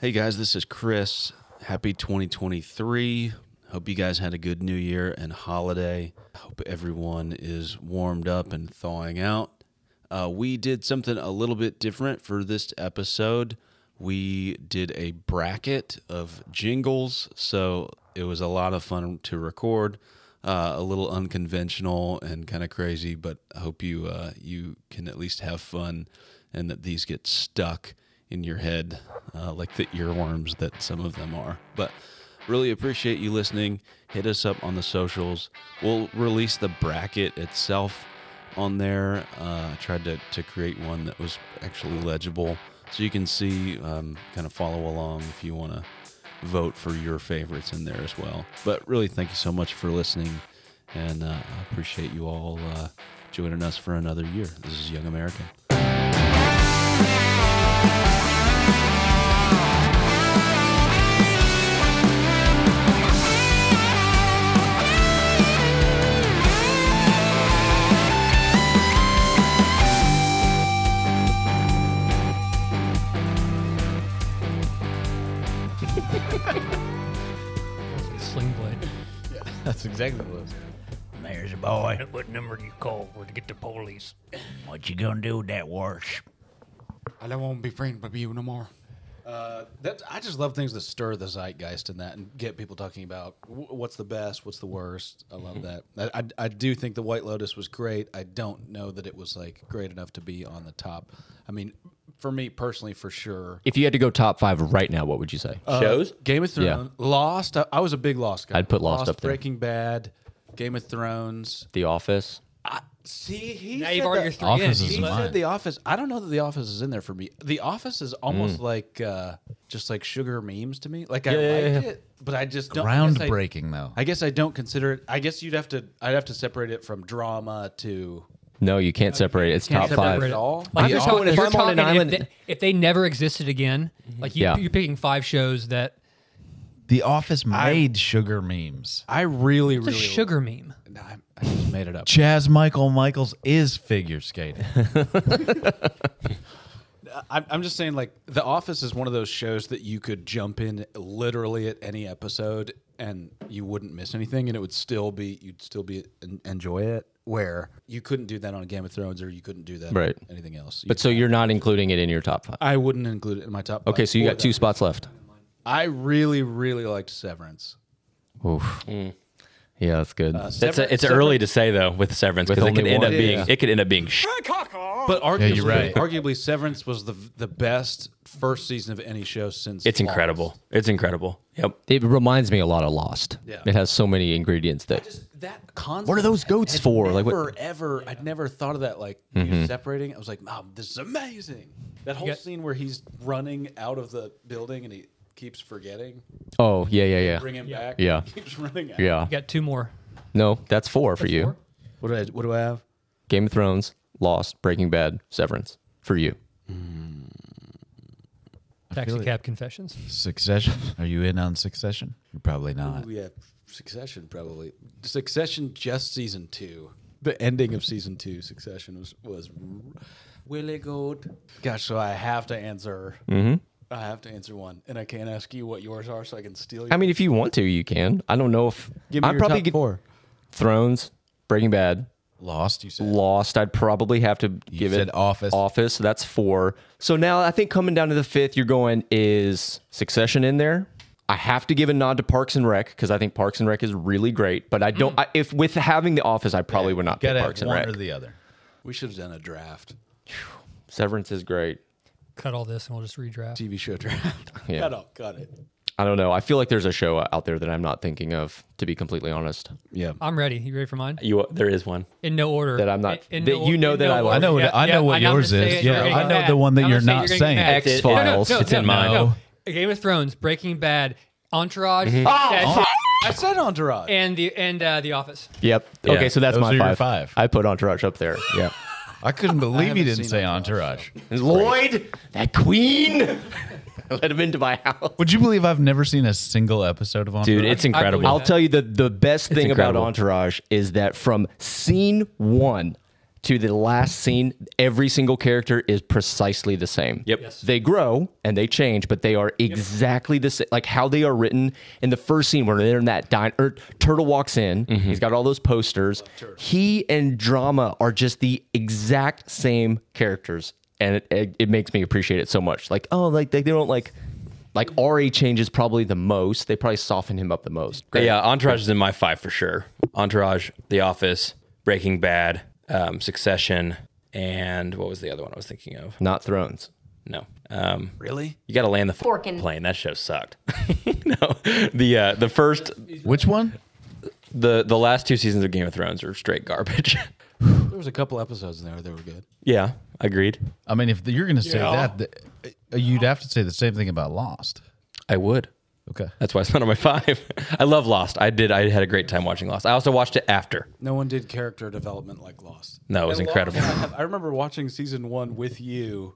Hey guys, this is Chris. Happy 2023. Hope you guys had a good new year and holiday. Hope everyone is warmed up and thawing out. Uh, we did something a little bit different for this episode. We did a bracket of jingles, so it was a lot of fun to record. Uh, a little unconventional and kind of crazy, but I hope you uh, you can at least have fun and that these get stuck in your head, uh, like the earworms that some of them are. But really appreciate you listening. Hit us up on the socials. We'll release the bracket itself on there. Uh, I tried to, to create one that was actually legible so you can see, um, kind of follow along if you want to vote for your favorites in there as well. But really, thank you so much for listening. And uh, I appreciate you all uh, joining us for another year. This is Young American. Sling blade. That's exactly what it was. There's a boy. What number do you call to get the police? What you gonna do with that watch? I don't want to be friends with you no more. Uh, That, I just love things that stir the zeitgeist in that and get people talking about wh- what's the best, what's the worst. I love Mm-hmm. that. I, I, I do think the White Lotus was great. I don't know that it was like great enough to be on the top. I mean, for me personally, for sure. If you had to go top five right now, what would you say? Shows Game of Thrones, Lost. I, I was a big Lost guy. I'd put Lost up there. Breaking Bad, Game of Thrones. The Office. See, he Now said you've already your the- three He in. Office said He said The Office. I don't know that The Office is in there for me. The Office is Mm. almost like uh, just like sugar memes to me. Like I like it, but I just don't. I guess I- Groundbreaking, though. I guess I don't consider it. I guess you'd have to. I'd have to separate it from drama to No, you can't separate it. It's top separate five. it all. Like, The you're talking, Office. you're If I'm on an talking island- if, they, if they never existed again, like you, Yeah. you're picking five shows that The office made sugar memes. I really, it's a really. sugar meme. Nah, I, I just made it up. Chaz Michael Michaels is figure skating. I'm, I'm just saying, like, The Office is one of those shows that you could jump in literally at any episode and you wouldn't miss anything, and it would still be you'd still be en- enjoy it. Where you couldn't do that on Game of Thrones, or you couldn't do that Right. on anything else. You- But so you're not including it in your top five. I wouldn't include it in my top. Okay, five so you for got two that. spots left. I really, really liked Severance. Mm. Yeah, that's good. That's Sever- it's Sever- early to say though with severance With because it could only end up one. being Yeah. it could end up being sh- But arguably, you're right. arguably, Severance was the the best first season of any show since. it's Lost. incredible. It's incredible. Yep. it reminds me a lot of Lost. Yeah. It has so many ingredients that That concept. What are those goats I'd for? Like, Never, what- ever. I'd never thought of that. Like Mm-hmm. you separating. I was like, Mom, this is amazing. That whole got- scene where he's running out of the building and he keeps forgetting. Oh yeah, yeah, Bring yeah, him back. Yeah. He keeps running out. yeah. You got two more. No, that's four for you. four? What do I? What do I have? Game of Thrones, Lost, Breaking Bad, Severance for you. Taxi cab confessions. Succession. Are you in on Succession? You're probably not. We have Succession probably. Succession just season two. The ending of season two, Succession was was really good. Gosh, so I have to answer. Mm-hmm. I have to answer one, and I can't ask you what yours are, so I can steal. I mean, if you want to, you can. I don't know if Give me I'd your probably top get- four. Thrones, Breaking Bad, Lost, you said. Lost, I'd probably have to give said it Office. Office, so that's four. So now I think coming down to the fifth, you're going is Succession in there. I have to give a nod to Parks and Rec because I think Parks and Rec is really great. But I don't. I, if with having the Office, I probably would not pick Hmm. Gotta Parks have and one Rec. or the other. We should have done a draft, Severance is great. Cut all this and we'll just redraft. TV show draft. Yeah. Cut it, cut it. I don't know. I feel like there's a show out there that I'm not thinking of. To be completely honest, Yeah, I'm ready. You ready for mine? You there is one. In no order. That I'm not- In, in that no, you or- know in that no I order. like. I know what- Yeah, I know yeah, what I'm gonna yours say is. it, you're Yeah, gonna I get know mad. the one that I'm you're gonna say not gonna get saying. mad. X No, no, Files. no, It's no, in no, mine. no. Game of Thrones, Breaking Bad, Entourage, Mm-hmm. and, Oh. I said Entourage. and the and uh, the Office. Yep. Okay, so that's Those my are your five. five. I put Entourage up there. Yeah. I couldn't believe haven't you didn't seen say Entourage, Entourage. Lloyd, that queen. Let him into my house. Would you believe I've never seen a single episode of Entourage? Dude, it's incredible. I'll tell you the the best thing about incredible. Entourage is that from scene one to the last scene, every single character is precisely the same. Yep. Yes. They grow and they change, but they are exactly the same. Like how they are written in the first scene where they're in that diner. Or Turtle walks in. He's got all those posters. He and Drama are just the exact same characters, and it, it, it makes me appreciate it so much. Like oh, like they, they don't like. Like Ari changes probably the most. They probably soften him up the most. But yeah, Entourage is in my five for sure. Entourage, The Office, Breaking Bad, um, Succession, and what was the other one I was thinking of? Not Thrones. No. Um, Really? you got to land the Forkin'. fucking plane. That show sucked. no, the uh, the first, Which one? the the last two seasons of Game of Thrones are straight garbage. There was a couple episodes in there that were good. yeah, agreed. I mean, if you're going to say that, th- uh, you'd have to say the same thing about Lost. I would. Okay. That's why it's not on my five. I love Lost. I did. I had a great time watching Lost. I also watched it after. No one did character development like Lost. No, it was And incredible. Lost, I have- I remember watching season one with you.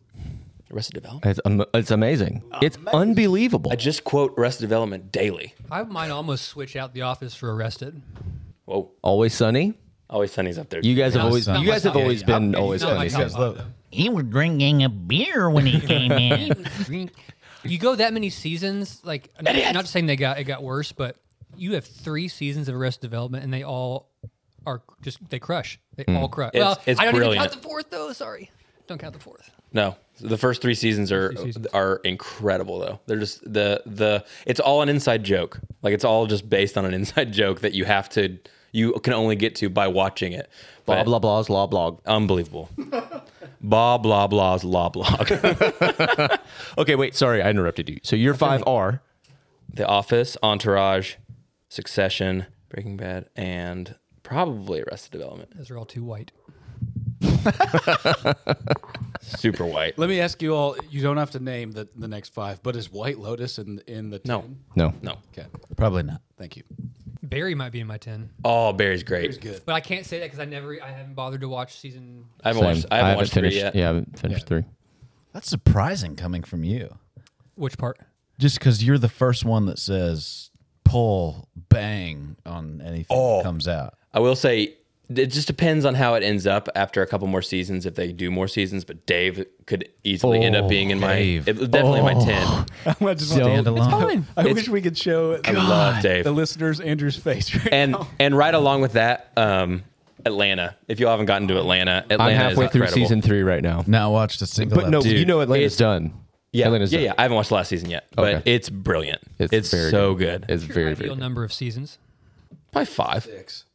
Arrested Development. It's, am- it's amazing. It's unbelievable. I just quote Arrested Development daily. I might almost switch out the office for arrested. Whoa, Always sunny. always Sunny's up there. You guys have always Sunny. you guys have Yeah, always yeah, been yeah. always Not my sunny. top five, though. He was drinking a beer when he came in. drink. You go that many seasons, like not, not saying they got it got worse, but you have three seasons of Arrested Development, and they all are just they crush. They all crush. It's- well, it's I don't even brilliant. count the fourth though. Sorry, don't count the fourth. No, the first three seasons are are incredible though. They're just the the it's all an inside joke. Like it's all just based on an inside joke that you have to you can only get to by watching it. Blah But blah blah's law blog. unbelievable. blah blah blah's law blog. Okay, wait, sorry, I interrupted you. So your five are the Office, Entourage, Succession, Breaking Bad, and probably Arrested Development. Those are all too white. Super white. Let me ask you all. You don't have to name the, the next five, but is White Lotus in in the No, 10? no. no. Okay, Probably not. thank you. Barry might be in my ten, Oh, Barry's great. Good. but I can't say that because I never I haven't bothered to watch season. I haven't watched. I haven't, watched finished. three yet. Yeah, I haven't finished three. That's surprising coming from you. Which part? Just because you're the first one that says pull, bang on anything that comes out. I will say it just depends on how it ends up after a couple more seasons if they do more seasons. But Dave could easily end Oh, up being in my Dave. it- definitely my ten. I just want Stand to- alone. I wish we could show I love Dave. the listeners Andrew's face. Right and and right along with that, um, Atlanta. If you haven't gotten to Atlanta, Atlanta I'm halfway is through incredible. season three right now. Not watched a single. But no, episode. you know Atlanta's it's- done. Yeah, Atlanta's yeah, done. yeah. I haven't watched the last season yet, but Okay. it's brilliant. It's, very so good. It's Your very ideal very good. number of seasons. probably five. six.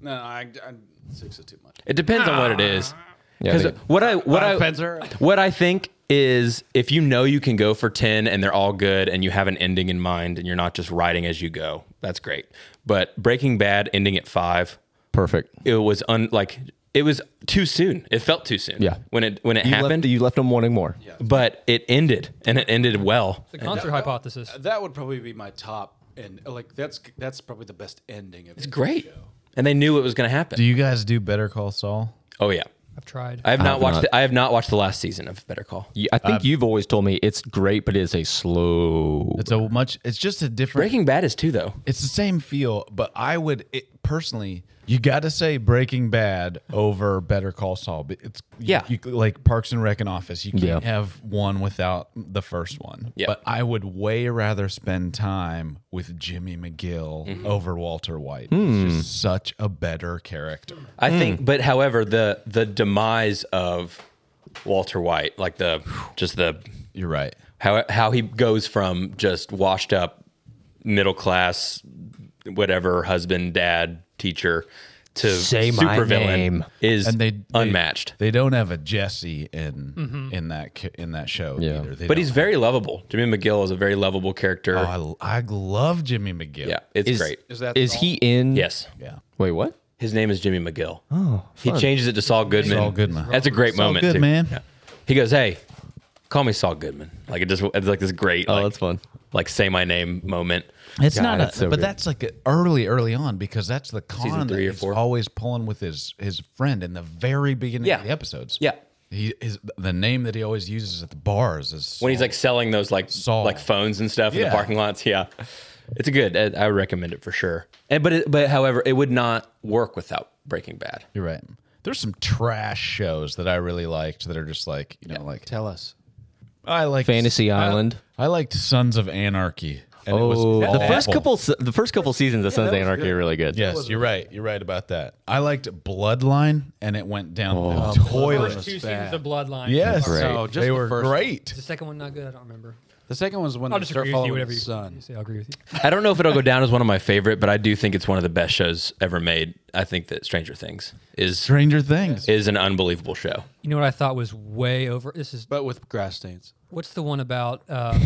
No, I, I six is too much. It depends on what it is. Yeah, Because they- what I what I Spencer. what I think is if you know you can go for ten and they're all good and you have an ending in mind and you're not just writing as you go, that's great. But Breaking Bad ending at five, Perfect. it was un like it was too soon. It felt too soon. Yeah. when it when it You happened, left, you left them wanting more. but it ended and it ended well. The concert hypothesis. That would probably be my top, and like that's that's probably the best ending of. It's Great, and they knew it was going to happen. do you guys do Better Call Saul? oh yeah, I've tried. I have not watched. not. The, I have not watched the last season of Better Call. Yeah, I think you've always told me it's great, but it's a slow. It's a much. It's just a different. Breaking Bad is too though. It's the same feel, but I would it, personally, you got to say Breaking Bad over Better Call Saul. But It's you- Yeah. you, like Parks and Rec and Office. You can't Yeah. have one without the first one. Yeah. But I would way rather spend time with Jimmy McGill Mm-hmm. over Walter White. Hmm. He's just such a better character. I Hmm. think, but however, the the demise of Walter White, like the just the You're right. how how he goes from just washed up middle class, whatever husband, dad, teacher to Say my supervillain name. is And they- they- unmatched. They don't have a Jesse in in that ca- in that show Yeah. either. They but don't he's have- very lovable. Jimmy McGill is a very lovable character. Oh, I, I love Jimmy McGill. yeah, it's is, great. Is, he in? Yes, Yeah. Wait, what? his name is Jimmy McGill. Oh, he changes it to Saul Goodman. Saul Goodman. That's a great Saul moment. Goodman. Too. Yeah. He goes, "Hey, call me Saul Goodman." Like it just it's like this great. Oh, like, that's fun. like say my name moment. It's God, not, that's a, so but good. that's like a early, early on because that's the con that three or he's four. always pulling with his his friend in the very beginning Yeah. of the episodes. Yeah. he his the name that he always uses at the bars is When he's like selling those like Saul. like phones and stuff in the Yeah. parking lots, yeah, it's good. I, I would recommend it for sure. And but it, but however, it would not work without Breaking Bad. You're right. There's some trash shows that I really liked that are just like you know like Tell us. I like Fantasy Island. I liked Sons of Anarchy. And it was Oh, the first awful. couple se- the first couple seasons of Sons of Anarchy are really good. Yes, you're right. You're right about that. I liked Bloodline, and it went down Oh, the toilet. First two seasons of Bloodline. Yes, Is so just they the were first great. the second one not good? I don't remember. The second one's when I'll they just start agree with you. following Whatever the you, sun. you say, I'll agree with you. I don't know if it'll go down as one of my favorite, but I do think it's one of the best shows ever made. I think that Stranger Things is Stranger Things. is an unbelievable show. You know what I thought was way over. This is But with grass stains. what's the one about? Uh,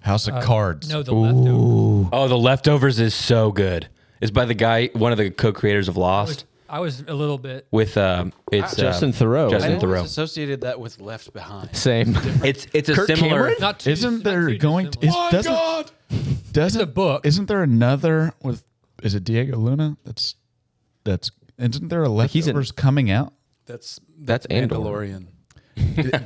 House Uh, of Cards. no, the leftovers. Oh, The Leftovers is so good. It's by the guy, one of the co-creators of Lost, I was a little bit. with um, it's Justin um, Theroux. Justin I Isn't Theroux. always associated that with Left Behind. Same. It's it's a Kirk similar. Cameron? Not too, Isn't not there too going? dissimilar. Is, doesn't, Doesn't It's a book. Isn't there another with? Is it Diego Luna? That's that's. Isn't there a he's in- leftovers coming out? That's That's Andor. Mandalorian.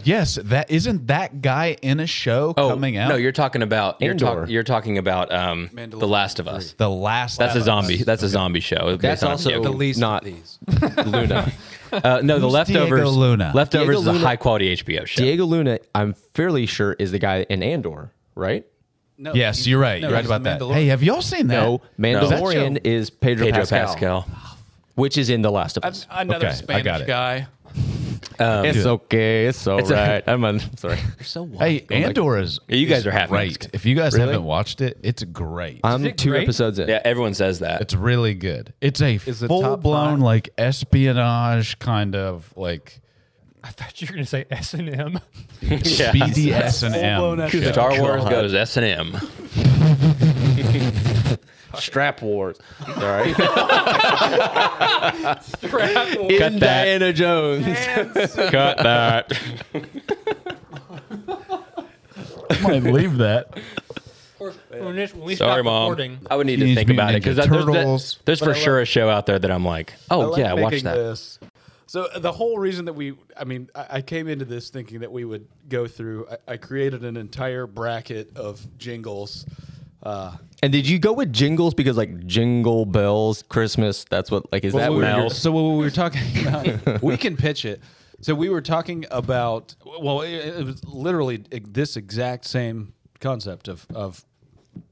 yes, that isn't that guy in a show Oh, coming out. No, you're talking about you're, Andor. talk, you're talking about um, The Last of Us. the last. That's a zombie. That's a zombie show. It's That's based on a also book. The least not of these. Luna. Uh, no, the leftovers. Diego Luna? Leftovers Diego is a Luna- high quality HBO show. Diego Luna, I'm fairly sure, is the guy in Andor, right? No, Yes, you're right. no, you're right he's about that. Mandalorian. Hey, have y'all seen that? No, Mandalorian is Pedro, Pedro Pascal, Pascal. which is in The Last of Us. Another okay, Spanish I got it. guy. it's okay. It's all a- right. I'm on. Sorry. Hey, Andor is. You guys is are having great. this. If you guys Really? haven't watched it, it's great. I'm it two great? episodes in. Yeah, everyone says that. it's really good. It's a Is it top full blown five? like espionage kind of like I thought you were going to say S and M. Yeah. BDS and Full-blown M. show. Star Wars goes S and M. Strap Wars. All right. Cut that. Diana Jones. Cut that. might leave that. when this- when we Sorry, stop mom. recording, I would need to Teenage think about it Mutant because Ninja there's, that, Turtles. there's for sure a show out there that I'm like, oh I like yeah, watch making that. This. So uh, the whole reason that we, I mean, I, I came into this thinking that we would go through. I, I created an entire bracket of jingles. Uh, And did you go with jingles because like jingle bells, Christmas? That's what like is that we where Mel. you're, were, so what we were talking about, we can pitch it. So we were talking about, well, it, it was literally e, this exact same concept of of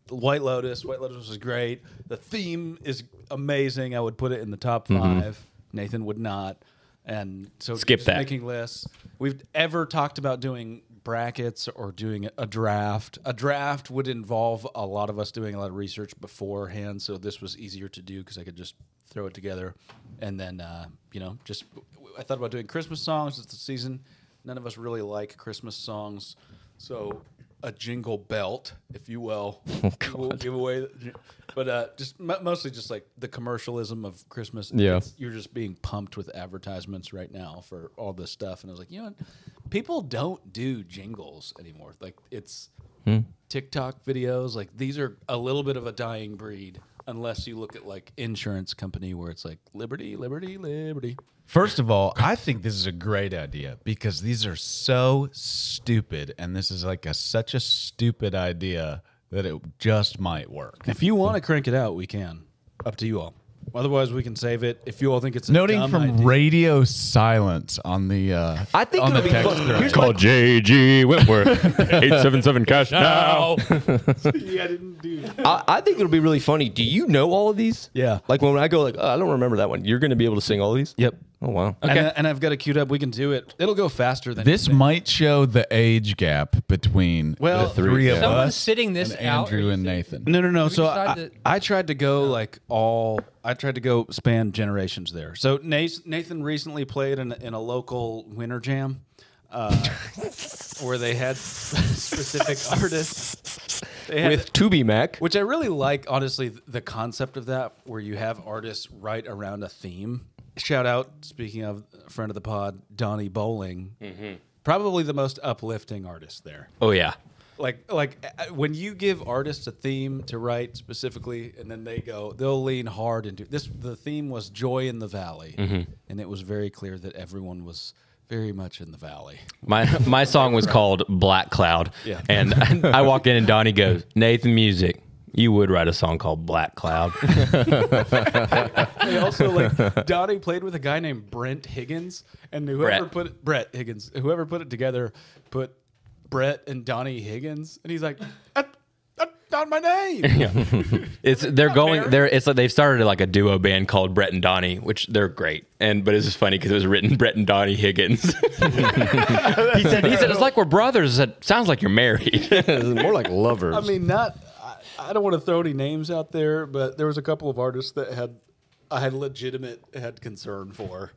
White Lotus. White Lotus was great. The theme is amazing. I would put it in the top 5 Nathan would not. And so Mm-hmm. Skip just that. making lists. We've ever talked about doing brackets or doing a draft. A draft would involve a lot of us doing a lot of research beforehand, so this was easier to do because I could just throw it together. And then, uh, you know, just I thought about doing Christmas songs. It's the season. None of us really like Christmas songs, so a jingle belt, if you will, will give away. the- But uh, just mo- mostly just like the commercialism of Christmas. Yeah. It's- you're just being pumped with advertisements right now for all this stuff. And I was like, you know, what? people don't do jingles anymore. Like it's Hmm. TikTok videos. Like these are a little bit of a dying breed, unless you look at like insurance company where it's like Liberty, Liberty, Liberty. First of all, I think this is a great idea because these are so stupid, and this is like a such a stupid idea that it just might work. If you want to crank it out, we can. Up to you all. Otherwise, we can save it. If you all think it's a Noting dumb from idea- radio silence on the uh, I think on it'll the be text fun. thread. Here's called JG Wentworth, 877 Cash Now. I, I think it'll be really funny. Do you know all of these? Yeah. Like when I go like, oh, I don't remember that one. You're going to be able to sing all these? Yep. Oh wow. And, I- and I've got it queued up. We can do it. It'll go faster than This might show the age gap between Well, the three of someone's us sitting this and out, Andrew or and you Nathan. No, no, no. we So decide I, that- I tried to go like all. I tried to go span generations there. So Nas- Nathan recently played in, in a local winter jam, uh, where they had specific artists. They had- With Tubi Mac. which I really like, honestly, th- the concept of that, where you have artists write around a theme. Shout out, speaking of a friend of the pod, Donnie Bowling, probably the most uplifting artist there Oh yeah. like like uh, when you give artists a theme to write specifically and then they go they'll lean hard into this the theme was joy in the valley and it was very clear that everyone was very much in the valley My my song was called Black Cloud, Yeah. and I, I walked in and Donnie goes Nathan music. You would write a song called Black Cloud. They also like Donnie played with a guy named Brent Higgins, and whoever Brett. put it, Brett Higgins, whoever put it together, put Brett and Donnie Higgins, and he's like, "That- that's not my name. It's they're going they're it's like they've started like a duo band called Brett and Donnie, which they're great. And but it's just funny because it was written Brett and Donnie Higgins. he said he said it's like we're brothers. I said sounds like you're married. More like lovers. I mean, not. I, I don't want to throw any names out there, but there was a couple of artists that had I had legitimate had concern for.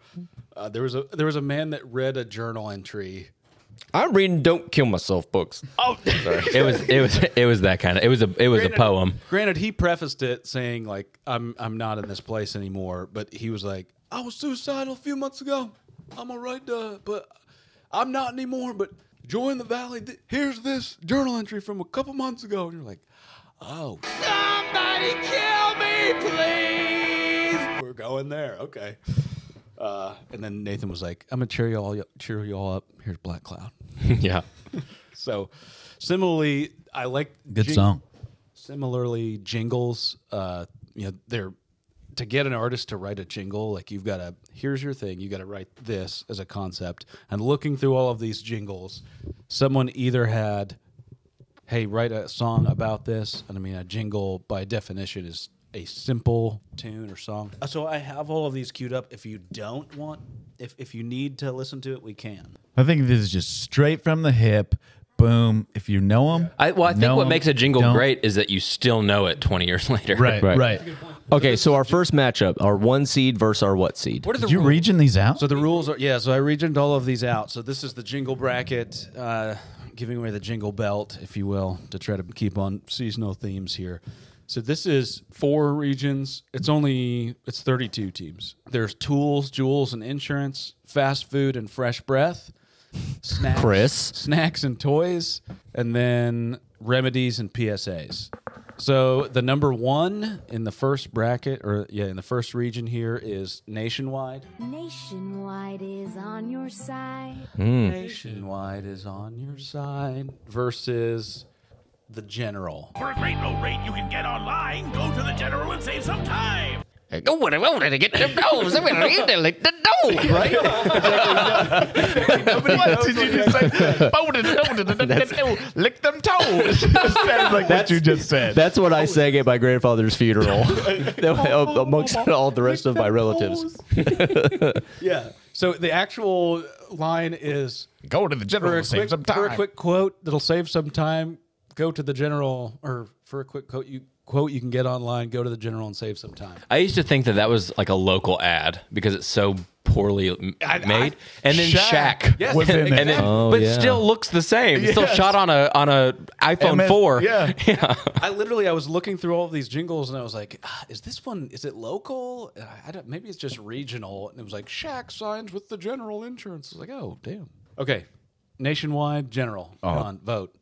Uh, there was a there was a man that read a journal entry. I'm reading "Don't Kill Myself" books. it was it was it was that kind of it was a it was a poem. Granted, he prefaced it saying like, "I'm I'm not in this place anymore," but he was like, "I was suicidal a few months ago. I'm alright, uh, but I'm not anymore." But join the valley. Th- Here's this journal entry from a couple months ago, and you're like, "Oh, somebody kill me, please." We're going there, okay. Uh, and then Nathan was like, "I'm gonna cheer you all cheer you all up. Here's Black Cloud." yeah. So, similarly, I like Good song. Similarly, jingles, uh, you know, they're to get an artist to write a jingle, like you've got to here's your thing, you got to write this as a concept. And looking through all of these jingles, someone either had, hey, write a song about this, and I mean, a jingle by definition is a simple tune or song. So I have all of these queued up. If you don't want, if if you need to listen to it, we can. I think this is just straight from the hip. Boom. If you know them, I, well, I think what makes a jingle don't. great is that you still know it 20 years later. Right, right. Okay, so our first matchup: our one seed versus our what seed? What are the Did you rules? region these out? So the rules are yeah. So I regioned all of these out. So this is the jingle bracket, uh, giving away the jingle belt, if you will, to try to keep on seasonal themes here. So this is four regions. It's only it's 32 teams. There's tools, jewels, and insurance, fast food and fresh breath, snacks, Chris. snacks and toys, and then remedies and PSAs. So the number one in the first bracket, or yeah, in the first region here is nationwide. Nationwide is on your side. Hmm. Nationwide is on your side versus the general. For a great low rate you can get online, go to the general and save some time. what did you just say? Lick them toes. Sounds like what you just said. That's what I sang at my grandfather's funeral, amongst all the rest of my relatives. Yeah. So the actual line is Go to the general for a, and save quick, some for a time. quick quote that'll save some time. Go to the general, or for a quick quote you quote you can get online. Go to the general and save some time. I used to think that that was like a local ad because it's so poorly m- made. and then Shaq, Yes, was in and there. then, Oh, but yeah. still looks the same. It's Still shot on a on a iPhone MS four. Yeah. I literally I was looking through all of these jingles and I was like, ah, is this one is it local? Uh, I don't, maybe it's just regional. And it was like Shaq signs with the General Insurance. I was like, oh damn. Okay, nationwide general. Oh. Come on, vote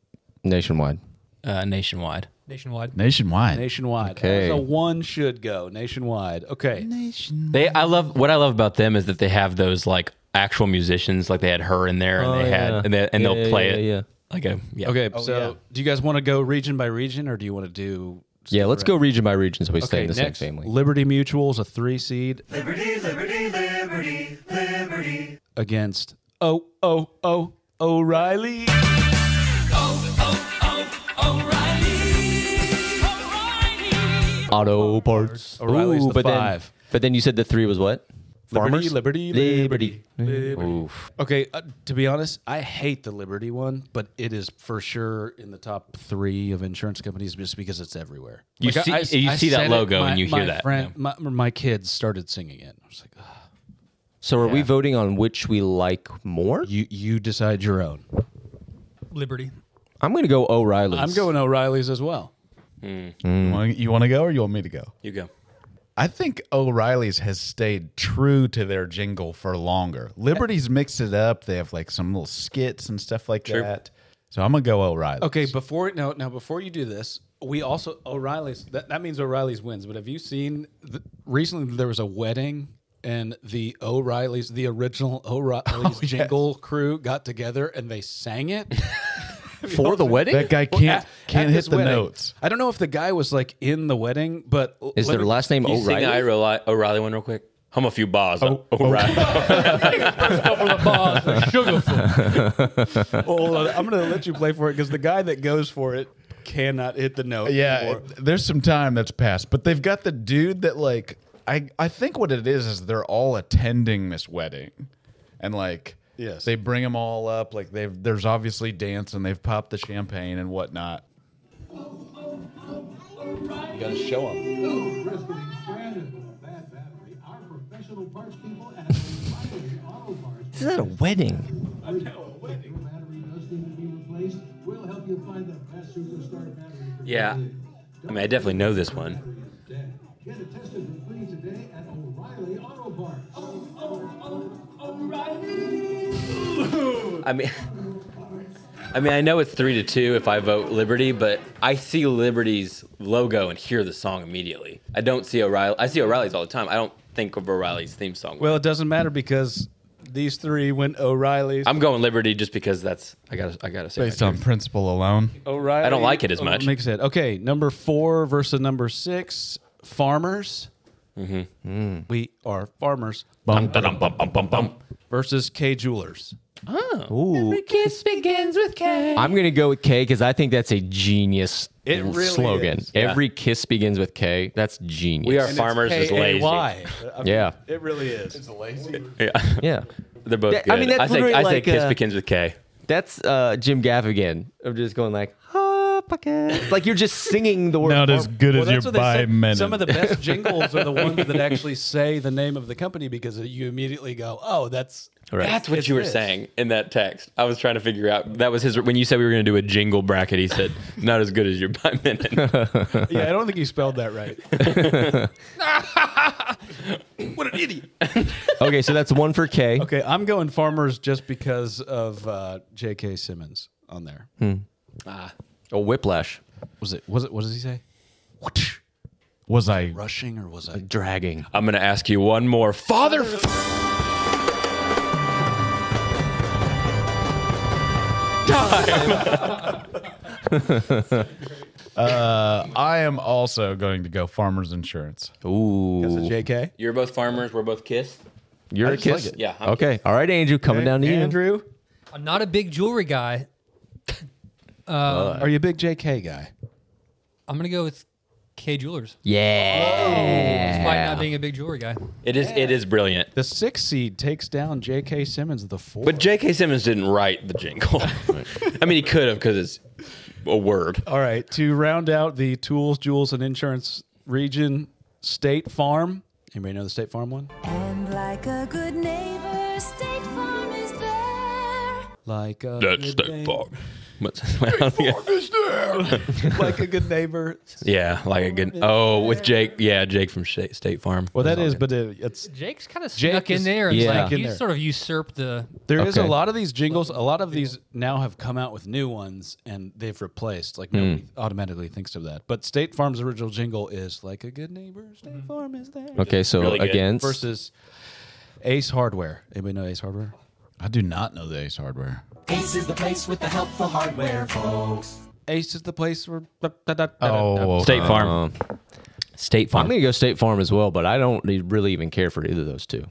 Nationwide. Uh, nationwide. nationwide? Nationwide. nationwide. Okay. So one should go nationwide. Okay. They I love what I love about them is that they have those like actual musicians. Like they had her in there, and they had Oh, yeah. and, they, and Yeah, they'll yeah, play yeah, it. yeah. Like a yeah. Okay. so Oh, do you guys want to go region by region or do you want to do? Yeah, let's go region by region so we stay in the next, same family. Liberty Mutual's a three seed. Liberty, liberty, liberty, liberty. Against oh oh oh O'Reilly. Auto parts. O'Reilly's the but five. Then, but then you said the three was what? Farmers? Liberty, liberty, Liberty. liberty. Okay, uh, to be honest, I hate the Liberty one, but it is for sure in the top three of insurance companies just because it's everywhere. You see- you see that said it, logo my- and you my hear that, Friend, my, my kids started singing it. I was like, "Ugh." So are we voting on which we like more? you you decide your own. Liberty. I'm going to go O'Reilly's. I'm going O'Reilly's as well. Mm-hmm. You want to go or you want me to go? you go. I think O'Reilly's has stayed true to their jingle for longer. Liberty's mixed it up. They have like some little skits and stuff like that. So I'm gonna go O'Reilly. Okay, before no now before you do this, we also O'Reilly's that, that means O'Reilly's wins. But have you seen the, recently there was a wedding and the Oh, O'Reilly's the original O'Reilly's jingle crew got together and they sang it. For the wedding? That guy Well, can't at- can't at hit his the wedding. notes. I don't know if the guy was like in the wedding, but Is their last name Can you sing the O'Reilly? Ira- O'Reilly one real quick? Hum a few bars. Oh, Well, I'm going to let you play for it because the guy that goes for it cannot hit the note. Yeah, anymore. it- there's some time that's passed, but they've got the dude that like I I think what it is is they're all attending this wedding, and like Yes. they bring them all up like they've there's obviously dance and they've popped the champagne and whatnot. you got to show him. This is at a wedding. yeah. I mean, I definitely know this one. I mean, I mean, I know it's three to two if I vote Liberty, but I see Liberty's logo and hear the song immediately. I don't see O'Reilly. I see O'Reilly's all the time. I don't think of O'Reilly's theme song. Well, it doesn't matter because these three went O'Reilly's. I'm going Liberty just because that's I gotta I gotta say Based on principle alone, O'Reilly. I don't like it as much. Makes it okay. Number four versus number six. Farmers. Mm-hmm. We are farmers Bum, da-dum, bum, bum, bum, bum. versus K Jewelers. Ooh. kiss begins with K. I'm going to go with K because I think that's a genius It really slogan. is. Every kiss begins with K. That's genius. We are farmers is lazy. Why? Yeah. It really is. Yeah. Yeah. They're both That- good. I mean, that's I say, literally I say like, Kiss uh, begins with K. That's uh, Jim Gaffigan. I'm just going like, ah, pocket. Like you're just singing the word. not as good Well, as your that's what they by say. men. Some of the best jingles are the ones that actually say the name of the company because you immediately go, "Oh, that's That's what it's you were this. saying in that text. I was trying to figure out. That was his. When you said we were going to do a jingle bracket, he said, not as good as your by minute. Yeah, I don't think you spelled that right. what an idiot. okay, so that's one for K. Okay, I'm going farmers just because of uh, J.K. Simmons on there. Hmm. Oh, whiplash. Was it? Was it? What does he say? was I Rushing or was I? Dragging. I'm going to ask you one more. Father. f- I am also going to go Farmers Insurance. Is it J.K. You're both farmers. We're both Kiss. You're a kiss. Yeah, I'm okay. All right, Andrew, coming down to Andrew, I'm not a big jewelry guy. are you a big J.K. guy? I'm gonna go with K Jewelers. you. Yeah. Despite not being a big jewelry guy. It is. It is brilliant. The six seed takes down J.K. Simmons, the four. But J.K. Simmons didn't write the jingle. I mean, he could have because it's a word. All right, to round out the tools, jewels, and insurance region, State Farm. Anybody know the State Farm one? And like a good neighbor, State Farm is there. Like a That's good that neigh- far. But- like a good neighbor. yeah, like a good. Oh, with Jake. Yeah, Jake from State State Farm. Well, that is, but it, it's Jake's kind of Jake snuck is- in there. It's Yeah. like snuck in you there. sort of usurped the. There is Okay. a lot of these jingles. A lot of these now have come out with new ones, and they've replaced. Like nobody automatically thinks of that. But State Farm's original jingle is like a good neighbor. State Farm is there. Okay, so Really good. against Versus Ace Hardware. Anybody know Ace Hardware? I do not know the Ace Hardware. Ace is the place where. Oh, State Farm. State I'm gonna go uh, State Farm as well, but I don't e- really even care for either of those two.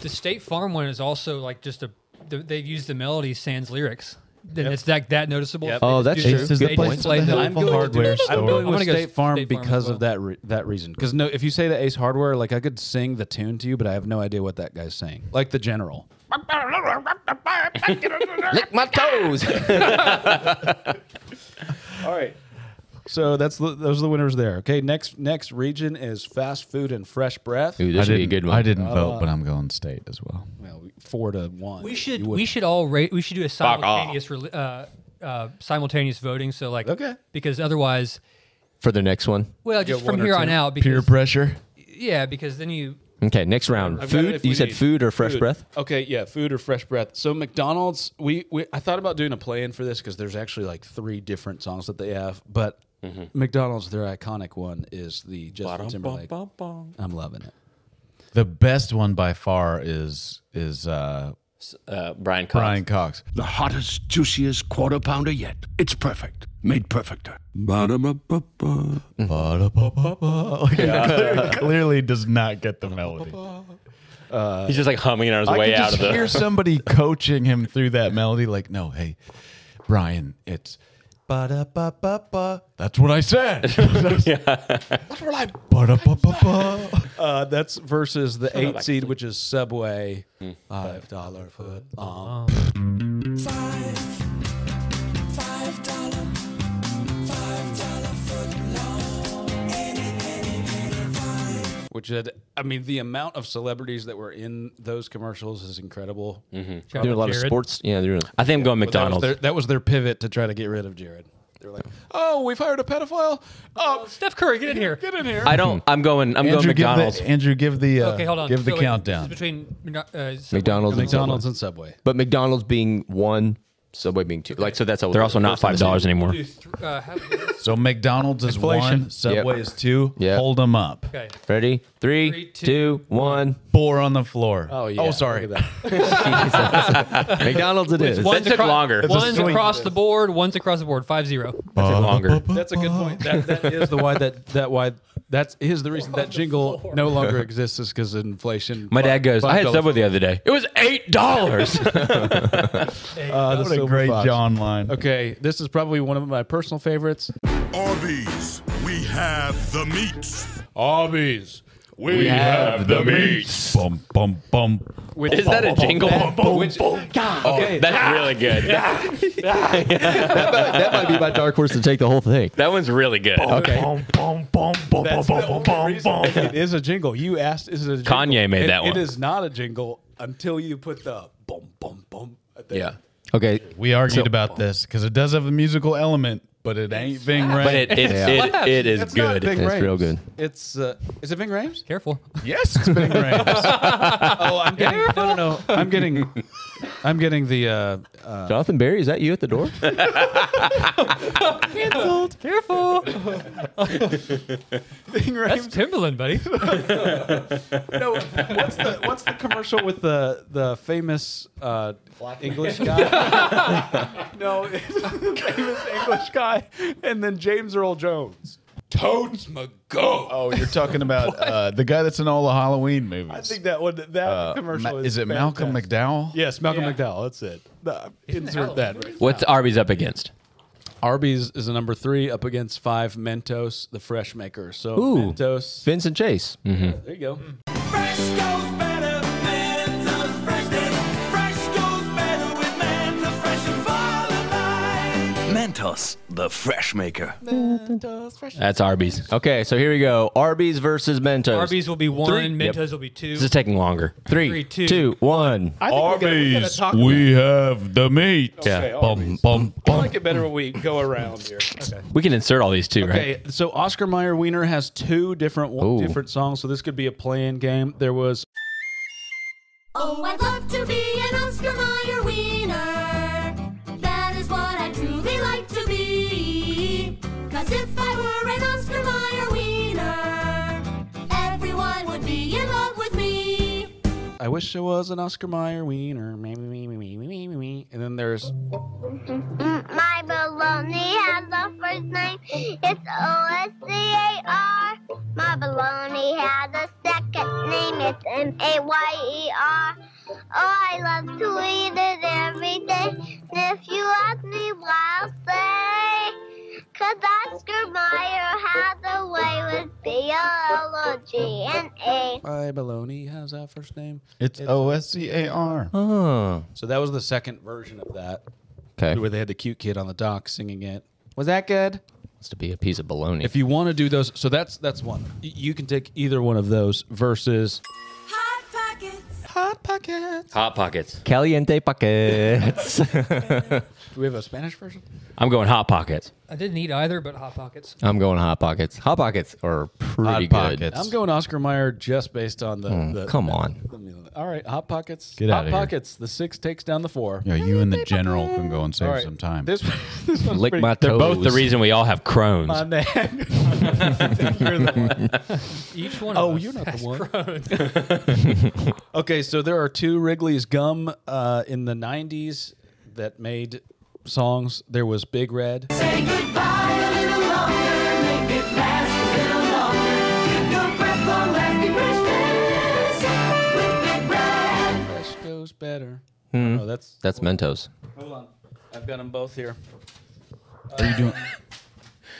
The State Farm one is also like just a. the- They've used the melody sans lyrics. Then it's like that noticeable. They Oh, just that's do- true. Ace is the they place just play the- I'm going hardware to, I'm store. going I'm with gonna go State Farm State Farm because as well. of that re- that reason. Because no, if you say the Ace Hardware, like I could sing the tune to you, but I have no idea what that guy's saying. Like the General. Lick my toes. So that's the, those are the winners there. Okay, next next region is fast food and fresh breath. Ooh, I this would be a didn't, good one. I didn't Uh, vote, but I'm going State as well. Well, four to one. We should we should all rate. We should do a Fuck off. simultaneous rel- uh, uh, simultaneous voting. So like Okay. because otherwise, for the next one. well, just from one or here two. on out, Peer because pressure. yeah, because then you Okay, next round. I've got it Food. if You we said need- food or fresh Food. breath? Okay, yeah, food or fresh breath. So McDonald's, we, we I thought about doing a play-in for this because there's actually like three different songs that they have, but Mm-hmm. McDonald's, their iconic one is the Justin Timberlake. I'm loving it. The best one by far is is uh, uh, Brian Cox. Brian Cox. The hottest, juiciest quarter pounder yet. It's perfect. Made perfecter. Ba-da-ba-ba-ba. Ba-da-ba-ba-ba. Yeah. Clearly does not get the melody. Uh, He's just like humming it on his I way could out just of the- hear somebody coaching him through that melody, like, no, hey, Brian, it's ba-da-ba-ba-ba. That's what I said. That's what I Ba-da-ba-ba-ba. Uh, that's versus the Hmm. Uh-huh. Shut up, eight seed, which is Subway. Five dollar foot long. Five, Five dollar, five dollar foot long. Any, any, any, five. Which had, I mean, the amount of celebrities that were in those commercials is incredible. They do a lot of sports. Yeah, they do. I think I'm going But that was McDonald's. their- That was their pivot to try to get rid of Jared. They're like, oh, we've hired a pedophile. Oh, Steph Curry, get in here. Get in here. I don't. I'm going. I'm Andrew, going McDonald's. Give the, Andrew, give the uh, okay, hold on. give the So, wait, countdown. This is between uh, Subway. McDonald's, McDonald's and and Subway. But McDonald's being one, Subway being two. Like so, that's how They're also not $5 anymore. Do th- uh, how- So McDonald's is Inflation. one, Subway Yep. is two. Yep. Hold them up. okay. Ready? Three, Three, two, two, one. Four on the floor. Oh, yeah. Oh, sorry. Look at that. McDonald's it is. That took acro- longer. It's a One's swing. across the board. One's across the board. Five zero. That took longer. That's a good point. That, that is the why that that why that's is the reason that jingle no longer exists is because inflation. My dad goes. I had $5 Subway the other day. It was eight dollars. Uh, the What a Silver great Fox. John line. Okay, this is probably one of my personal favorites. Arby's, we have the meats. Arby's. We have the meats. Bum bum bum. Which, is that a jingle? which, Oh, that's really good. That, that might be my dark horse to take the whole thing. that one's really good. Okay. that's the only reason it is a jingle. You asked, is it a jingle? Kanye made It- that one. It is not a jingle until you put the boom, boom, boom. at the Yeah. end. Okay. We argued about this because it does have a musical element, but it ain't Ving Rhames. But it it, it, it is It's not good. Ving It's Rhames. real good. It's uh, is it Ving Rhames? Careful. yes, it's Ving Rhames. Oh, I'm getting no, no, no. I'm getting, I'm getting the uh, Jonathan Barry, is that you at the door? Careful. Ving That's Rhames. Timberland, buddy. No, what's the what's the commercial with the the famous uh, English guy? no, it's the famous English guy, and then James Earl Jones. Toads McGo. oh, you're talking about uh, the guy that's in all the Halloween movies. I think that one that Uh, commercial Ma- is. is it Malcolm fantastic. McDowell? Yes, Malcolm McDowell. That's it. Uh, insert that. right What's Arby's up against? Arby's is a number three up against five Mentos, the fresh maker. So Ooh. Mentos, Vincent Chase. Mm. there you go. Fresh goes better, Mentos fresh. Fresh goes better with Mentos fresh and volatile. Mentos, the fresh maker. That's Arby's. Okay, so here we go. Arby's versus Mentos. Arby's will be one. Three. Mentos Yep. will be two. This is taking longer. Three, Three, two, one. two, Arby's, we have the meat. Yeah. Bum bum I bum. like it better when we go around here. Okay. We can insert all these too, right? Okay, so Oscar Mayer Wiener has two different Ooh. different songs, so this could be a playing game. There was Oh, I'd love to be an Oscar Mayer wiener. That is what I truly like to be. Cause if I were an Oscar Mayer wiener, everyone would be in love with me. I wish I was an Oscar Mayer Wiener, me me me me me me me, me, and then there's My baloney has a first name. It's O S C A R. My baloney has a second name. It's M A Y E R. Oh, I love to eat it every day. And if you ask me why, I'll say, Cause Oscar Mayer has a way with B L O G N A. I Baloney has that first name. It's O S C A R. Oh, So that was the second version of that, okay. where they had the cute kid on the dock singing it. Was that good? Wants to be a piece of baloney. If you want to do those, so that's that's one. Y- You can take either one of those versus Hot pockets. Hot Pockets. Hot Pockets. Caliente packets. Do we have a Spanish version? I'm going Hot Pockets. I didn't eat either, but Hot Pockets. I'm going hot pockets. Hot pockets are pretty Hot good. Pockets. I'm going Oscar Mayer just based on the. the Come on. All right, Hot Pockets. Get Hot outta here. Pockets. The six takes down the four. Yeah, you and the general can go and save All right. some time. This, this one's Lick pretty- my toes. Both the reason we all have Crohn's. my man. You're the one. Each one of Oh, us you're not has the grown. one. okay, so there are two Wrigley's gum uh, in the '90s that made songs. There was Big Red. Say goodbye a little longer, make it last a little longer. Keep your breath for last Christmas with Big Red. Fresh goes better. Hmm. Oh, that's that's Mentos. Hold on, I've got them both here. What are you doing?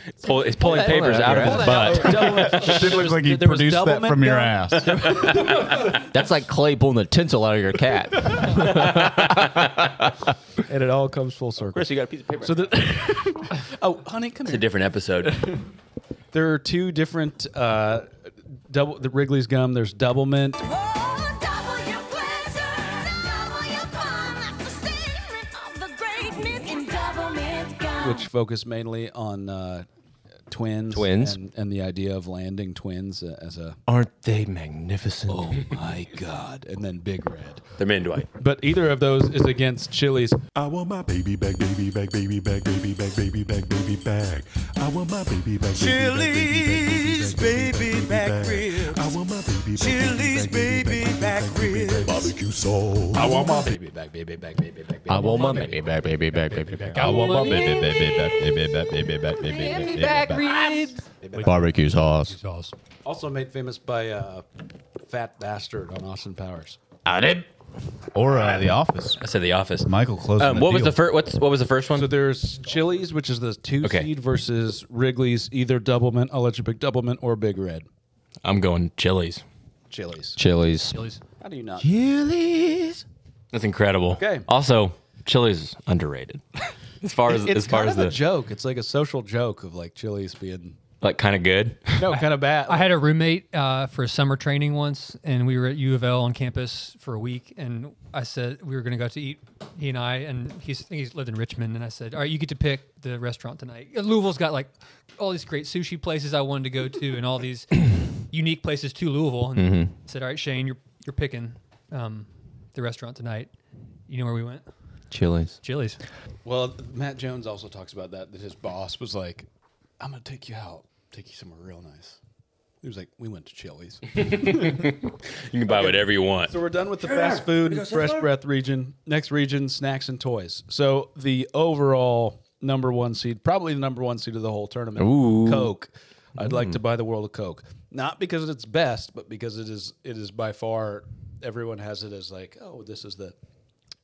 It's, pull, it's pulling Hold on, papers out of hold his on. butt. Double- It looks like he There was produced double that from your McDonald's. ass. That's like clay pulling the tinsel out of your cat. and it all comes full circle. Chris, you got a piece of paper. So the, oh, honey, come It's here. a different episode. There are two different uh, double the Wrigley's gum. There's double mint. Oh, Which focus mainly on uh, twins, Twins. and, and the idea of landing twins uh, as a Aren't they magnificent? Oh my god! And then Big Red. They're men, Dwight. But either of those is against Chili's. I want my baby back, baby back, baby back, baby back, baby back, baby back. I want my baby back. Chili's baby back ribs. I want my baby back. Chili's baby back ribs. Barbecue sauce. I want my baby back, baby back, baby back. I want my baby back, baby back, baby back. I want my baby baby back, baby back, baby back, baby ribs. Barbecue sauce. Also made famous by uh, Fat Bastard on Austin Powers. I did. Or uh, The Office. I said The Office. Michael closed. Um, what was the first? What's what was the first one? So there's Chili's, which is the two Okay. seed versus Wrigley's, either double mint. I'll let you pick double mint or Big Red. I'm going Chili's. Chili's. Chili's. How do you not? Chili's. That's incredible. Okay. Also, Chili's is underrated. as far as It- it's as far kind as of the a joke. It's like a social joke of like Chili's being like kind of good. no kind of bad. I had a roommate uh, for summer training once, and we were at U of L on campus for a week. And I said we were going to go out to eat, he and I, and he's I think he's lived in Richmond. And I said, all right, you get to pick the restaurant tonight. Louisville's got like all these great sushi places I wanted to go to, and all these unique places to Louisville. And Mhm. I said, all right, Shane, you're you're picking um, the restaurant tonight. You know where we went? Chili's. Chili's. Well, Matt Jones also talks about that. That his boss was like, "I'm gonna take you out, take you somewhere real nice." He was like, "We went to Chili's." You can buy whatever you want. So we're done with the fast food, fresh breath region. Next region, snacks and toys. So the overall number one seed, probably the number one seed of the whole tournament, Ooh. Coke. I'd like Mm. to buy the world of Coke, not because it's best, but because it is. It is by far everyone has it as like, oh, this is the,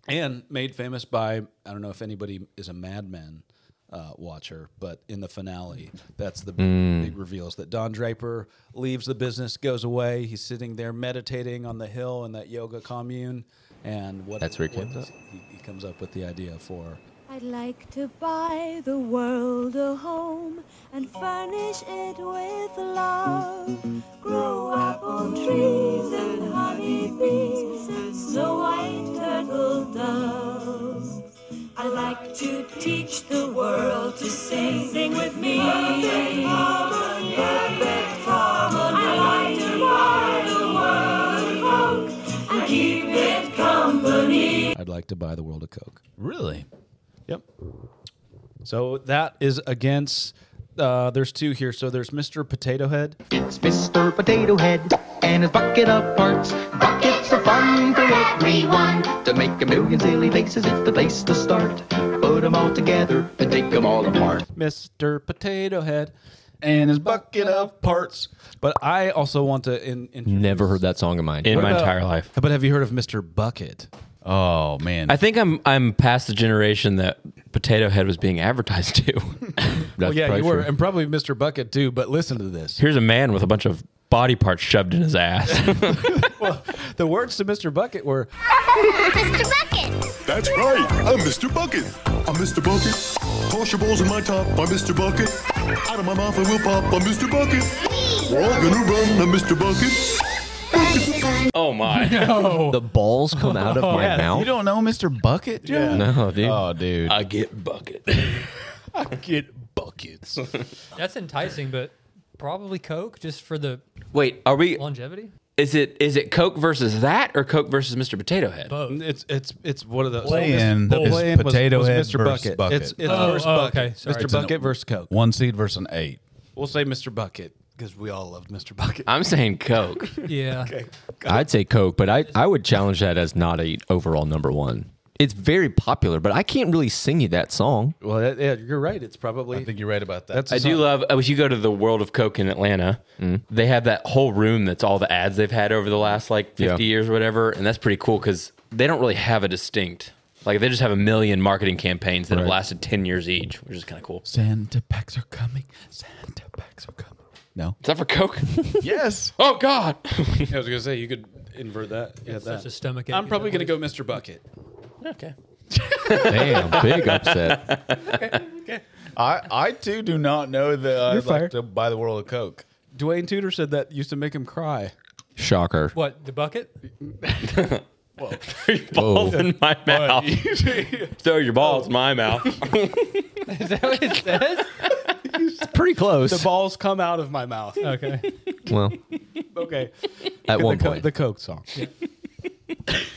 and made famous by I don't know if anybody is a Mad Men uh, watcher, but in the finale, that's the Mm. big reveals that Don Draper leaves the business, goes away. He's sitting there meditating on the hill in that yoga commune, and what That's where he what comes does- He, he comes up with the idea for I'd like to buy the world a home and furnish it with love. Grow apple trees and honey bees and snow white turtle doves. I'd like to teach the world to sing, sing with me. Perfect harmony. Perfect harmony. I'd like to buy the world a home and keep it company. I'd like to buy the world of Coke. Really? Yep. So that is against. Uh, there's two here. So there's Mr. Potato Head. It's Mr. Potato Head and his bucket of parts. Buckets of fun for everyone. To make a million silly faces, it's the place to start. Put 'em all together and take 'em all apart. Mr. Potato Head and his bucket of parts. But I also want to in, in Never heard that song of mine. In What my about- entire life. But have you heard of Mr. Bucket? Oh man. I think I'm I'm past the generation that Potato Head was being advertised to. well, oh, yeah, you were, and probably Mr. Bucket too. But listen to this. Here's a man with a bunch of body parts shoved in his ass. The words to Mr. Bucket were, Mr. Bucket. That's right. I'm Mr. Bucket. I'm Mr. Bucket. Toss your balls in my top. I'm Mr. Bucket. Out of my mouth I will pop. I'm Mr. Bucket. We're all gonna run. I'm Mr. Bucket. oh my. The balls come out of my Yeah, You mouth. don't know Mr. Bucket, Joe? No, dude. Oh, dude. I get bucket. I get buckets. That's enticing, but probably Coke just for the Wait, are we? longevity. Is it is it Coke versus that or Coke versus Mr. Potato Head? Oh, It's it's it's one of those. Play-in So Mr. is Play-in was- Potato was Head Mr. versus Bucket. Bucket. It's, it's Oh, versus oh, Bucket. okay. Sorry. Mr. It's an- Bucket versus Coke. One seed versus an eight. We'll say Mr. Bucket because we all loved Mr. Bucket. I'm saying Coke. yeah. I'd say Coke, but I, I would challenge that as not a overall number one. It's very popular, but I can't really sing you that song. Well, that, yeah, you're right. It's probably. I think you're right about that. That's I do love uh, if you go to the World of Coke in Atlanta, they have that whole room that's all the ads they've had over the last like 50 Yeah. years or whatever, and that's pretty cool because they don't really have a distinct. Like they just have a million marketing campaigns that have Right. lasted 10 years each, which is kind of cool. Santa packs are coming. Santa packs are coming. No. Is that for Coke? yes. Oh God. I was gonna say you could invert that. Yeah, such a stomach I'm ache probably either gonna go Mr. Bucket. Okay. Damn, big upset. I, I too do not know that I'd You're like fired. to buy the world of Coke. Dwayne Tudor said that used to make him cry. Shocker. What the bucket? Balls Whoa. in my mouth. Throw your balls in my mouth. Is that what it says? It's pretty close. The balls come out of my mouth. Okay. well, okay. at The one Co- point. the Coke song.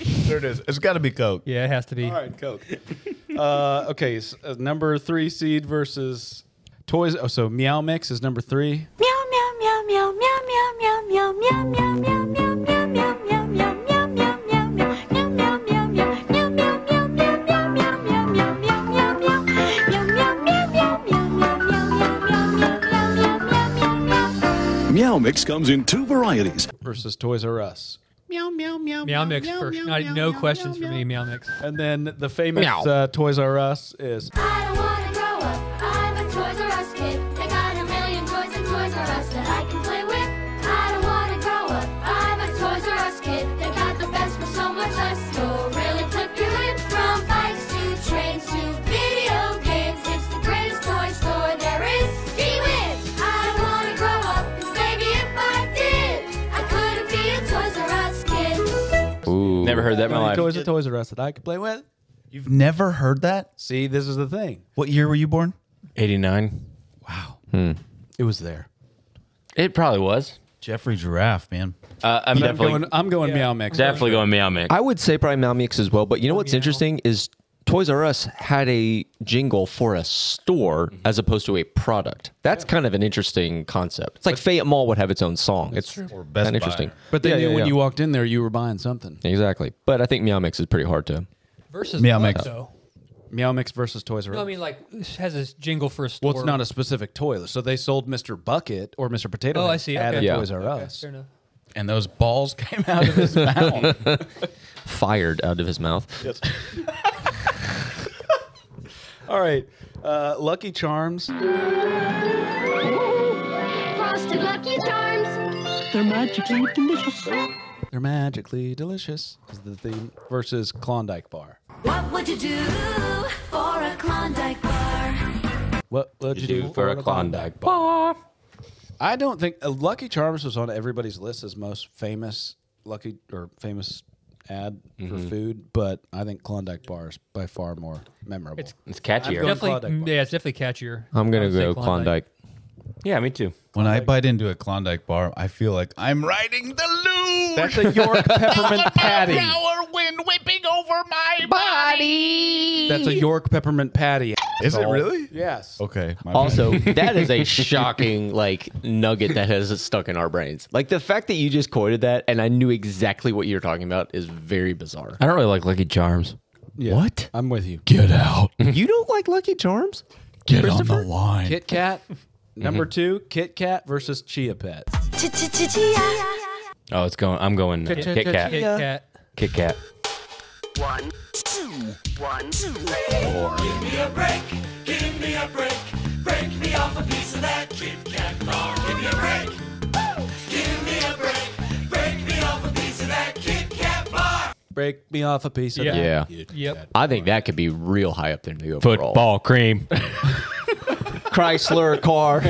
There it is. It's got to be Coke. Yeah, it has to be. All right, Coke. uh, okay, s uh, number three seed versus toys. Oh, so Meow Mix is number three. Meow meow meow meow meow meow meow meow meow meow meow meow meow meow meow meow meow meow meow meow meow meow meow meow meow meow meow meow meow meow meow meow meow meow meow meow meow meow meow Meow Mix comes in two varieties. versus Toys R Us. Meow meow meow. Meow mix first. Not- no questions for me. Meow mix. And then the famous Meow. uh, Toys R Us is I don't wanna grow up. I'm a Toys R Us kid. They got a million toys and Toys R Us that I can play with. I don't wanna grow up. I'm a Toys R Us kid. They got the best for so much less. You'll really flip your lid. From bikes to trains to video games, it's the greatest toy store there is. Gee-whiz! I don't wanna grow up, 'cause baby, if I did, I couldn't be a Toys R Us kid. Ooh. Never heard that in my life. Toys and Toys R Us that I can play with. You've never heard that? See, this is the thing. What year were you born? 89. It was there. It probably was. Jeffrey Giraffe, man. Uh, I'm I'm definitely going, I'm going Meow Mix. definitely going Meow Mix. I would say probably Meow Mix as well, but you Oh, know what's interesting is Toys R Us had a jingle for a store Mm-hmm. as opposed to a product. That's kind of an interesting concept. It's like Fayette Mall would have its own song. It's Or Best kind of interesting. Buy. But they Yeah, knew yeah, when yeah. you walked in there, you were buying something. Exactly. But I think Meow Mix is pretty hard to. Versus Meow what, mix. though? Meow Mix versus Toys R Us. No, I mean like it has this jingle for a store. well, it's not a specific toy. So they sold Mr. Bucket or Mr. Potato Oh, Head I see. at a Okay. Yeah. Toys R Okay, Us. fair enough. And those balls came out of his mouth. Fired out of his mouth. All right. Uh, Lucky Charms. Frosted Lucky Charms. They're magically delicious. They're magically delicious is the theme. Versus Klondike Bar. What would you do for a Klondike bar? What would you, do for a Klondike bar? I don't think uh, Lucky Charms was on everybody's list as most famous lucky or famous ad Mm-hmm. for food, but I think Klondike Bar is by far more memorable. It's I'm catchier. going Definitely, Klondike bar. yeah, it's definitely catchier. I'm I going would to say go Klondike. Yeah, me too. when I bite into a Klondike bar, I feel like I'm riding the loon. That's a York peppermint patty. Power wind whipping over my body. That's a York peppermint patty. Is it asshole. really? Yes. Okay. my Also, that is a shocking like nugget that has stuck in our brains. Like the fact that you just quoted that and I knew exactly what you were talking about is very bizarre. I don't really like Lucky Charms. Yeah. What? I'm with you. Get out. You don't like Lucky Charms? Get on the line. Kit Kat. Mm-hmm. Number two, Kit Kat versus Chia Pet. Oh, it's going. I'm going uh, Kit Kat. Kit Kat. Kit Kat. One, two, one, two, four. Give me a break. Give me a break. Break me off a piece of that Kit Kat bar. Give me a break. Give me a break. Break me off a piece of that Kit Kat bar. Break me off a piece of Yeah. that. Yeah. Yep. I think that could be real high up there in the overall. Football cream. Chrysler car.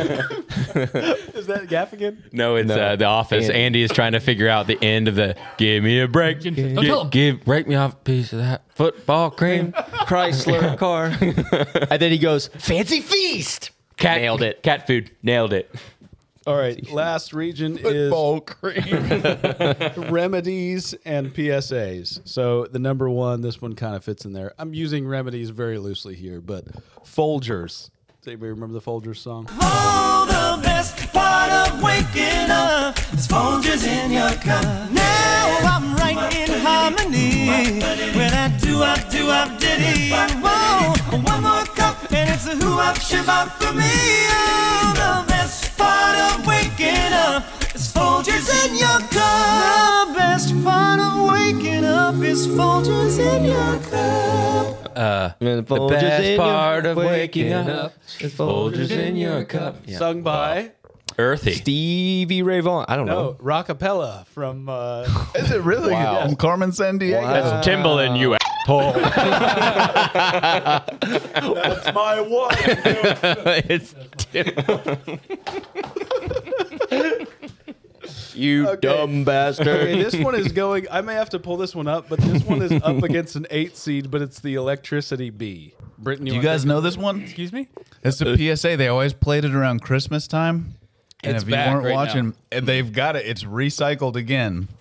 Is that Gaffigan? No, it's Uh, the office. Andy. is trying to figure out the end of the give me a break. Gi- Don't tell him. give break me off a piece of that football cream. Chrysler car. and then he goes, Fancy Feast. Cat, Nailed it. Cat food. Nailed it. All right. Last region is Football cream. remedies and PSAs. So the number one, this one kind of fits in there. I'm using remedies very loosely here, but Folgers. Does anybody remember the Folgers song? All the best part of waking up. This Folgers in your cup. Now I'm right in harmony. When I do up, do up, diddy. Whoa, one more cup, and it's a who up, shabab for me. Oh, the best part of waking up. is Folgers in your cup. The best part of waking up is Folgers in your cup. Uh, the Folgers in best your- part of waking waking up up is is Folgers Folgers in your cup. Sung by Earthy. Stevie Ray Vaughan. I don't no know. Rockapella from. Uh, Is it really? Wow. From Carmen San Diego. That's Timbaland, Ah. you asshole. That's my one. it's you dumb bastard. Okay, this one is going. I may have to pull this one up, but this one is up against an eight seed, but it's the electricity bee. Brittany, Do you guys know this one? Excuse me. It's the PSA. They always played it around Christmas time. And It's if you back weren't right watching, they've got it. It's recycled again.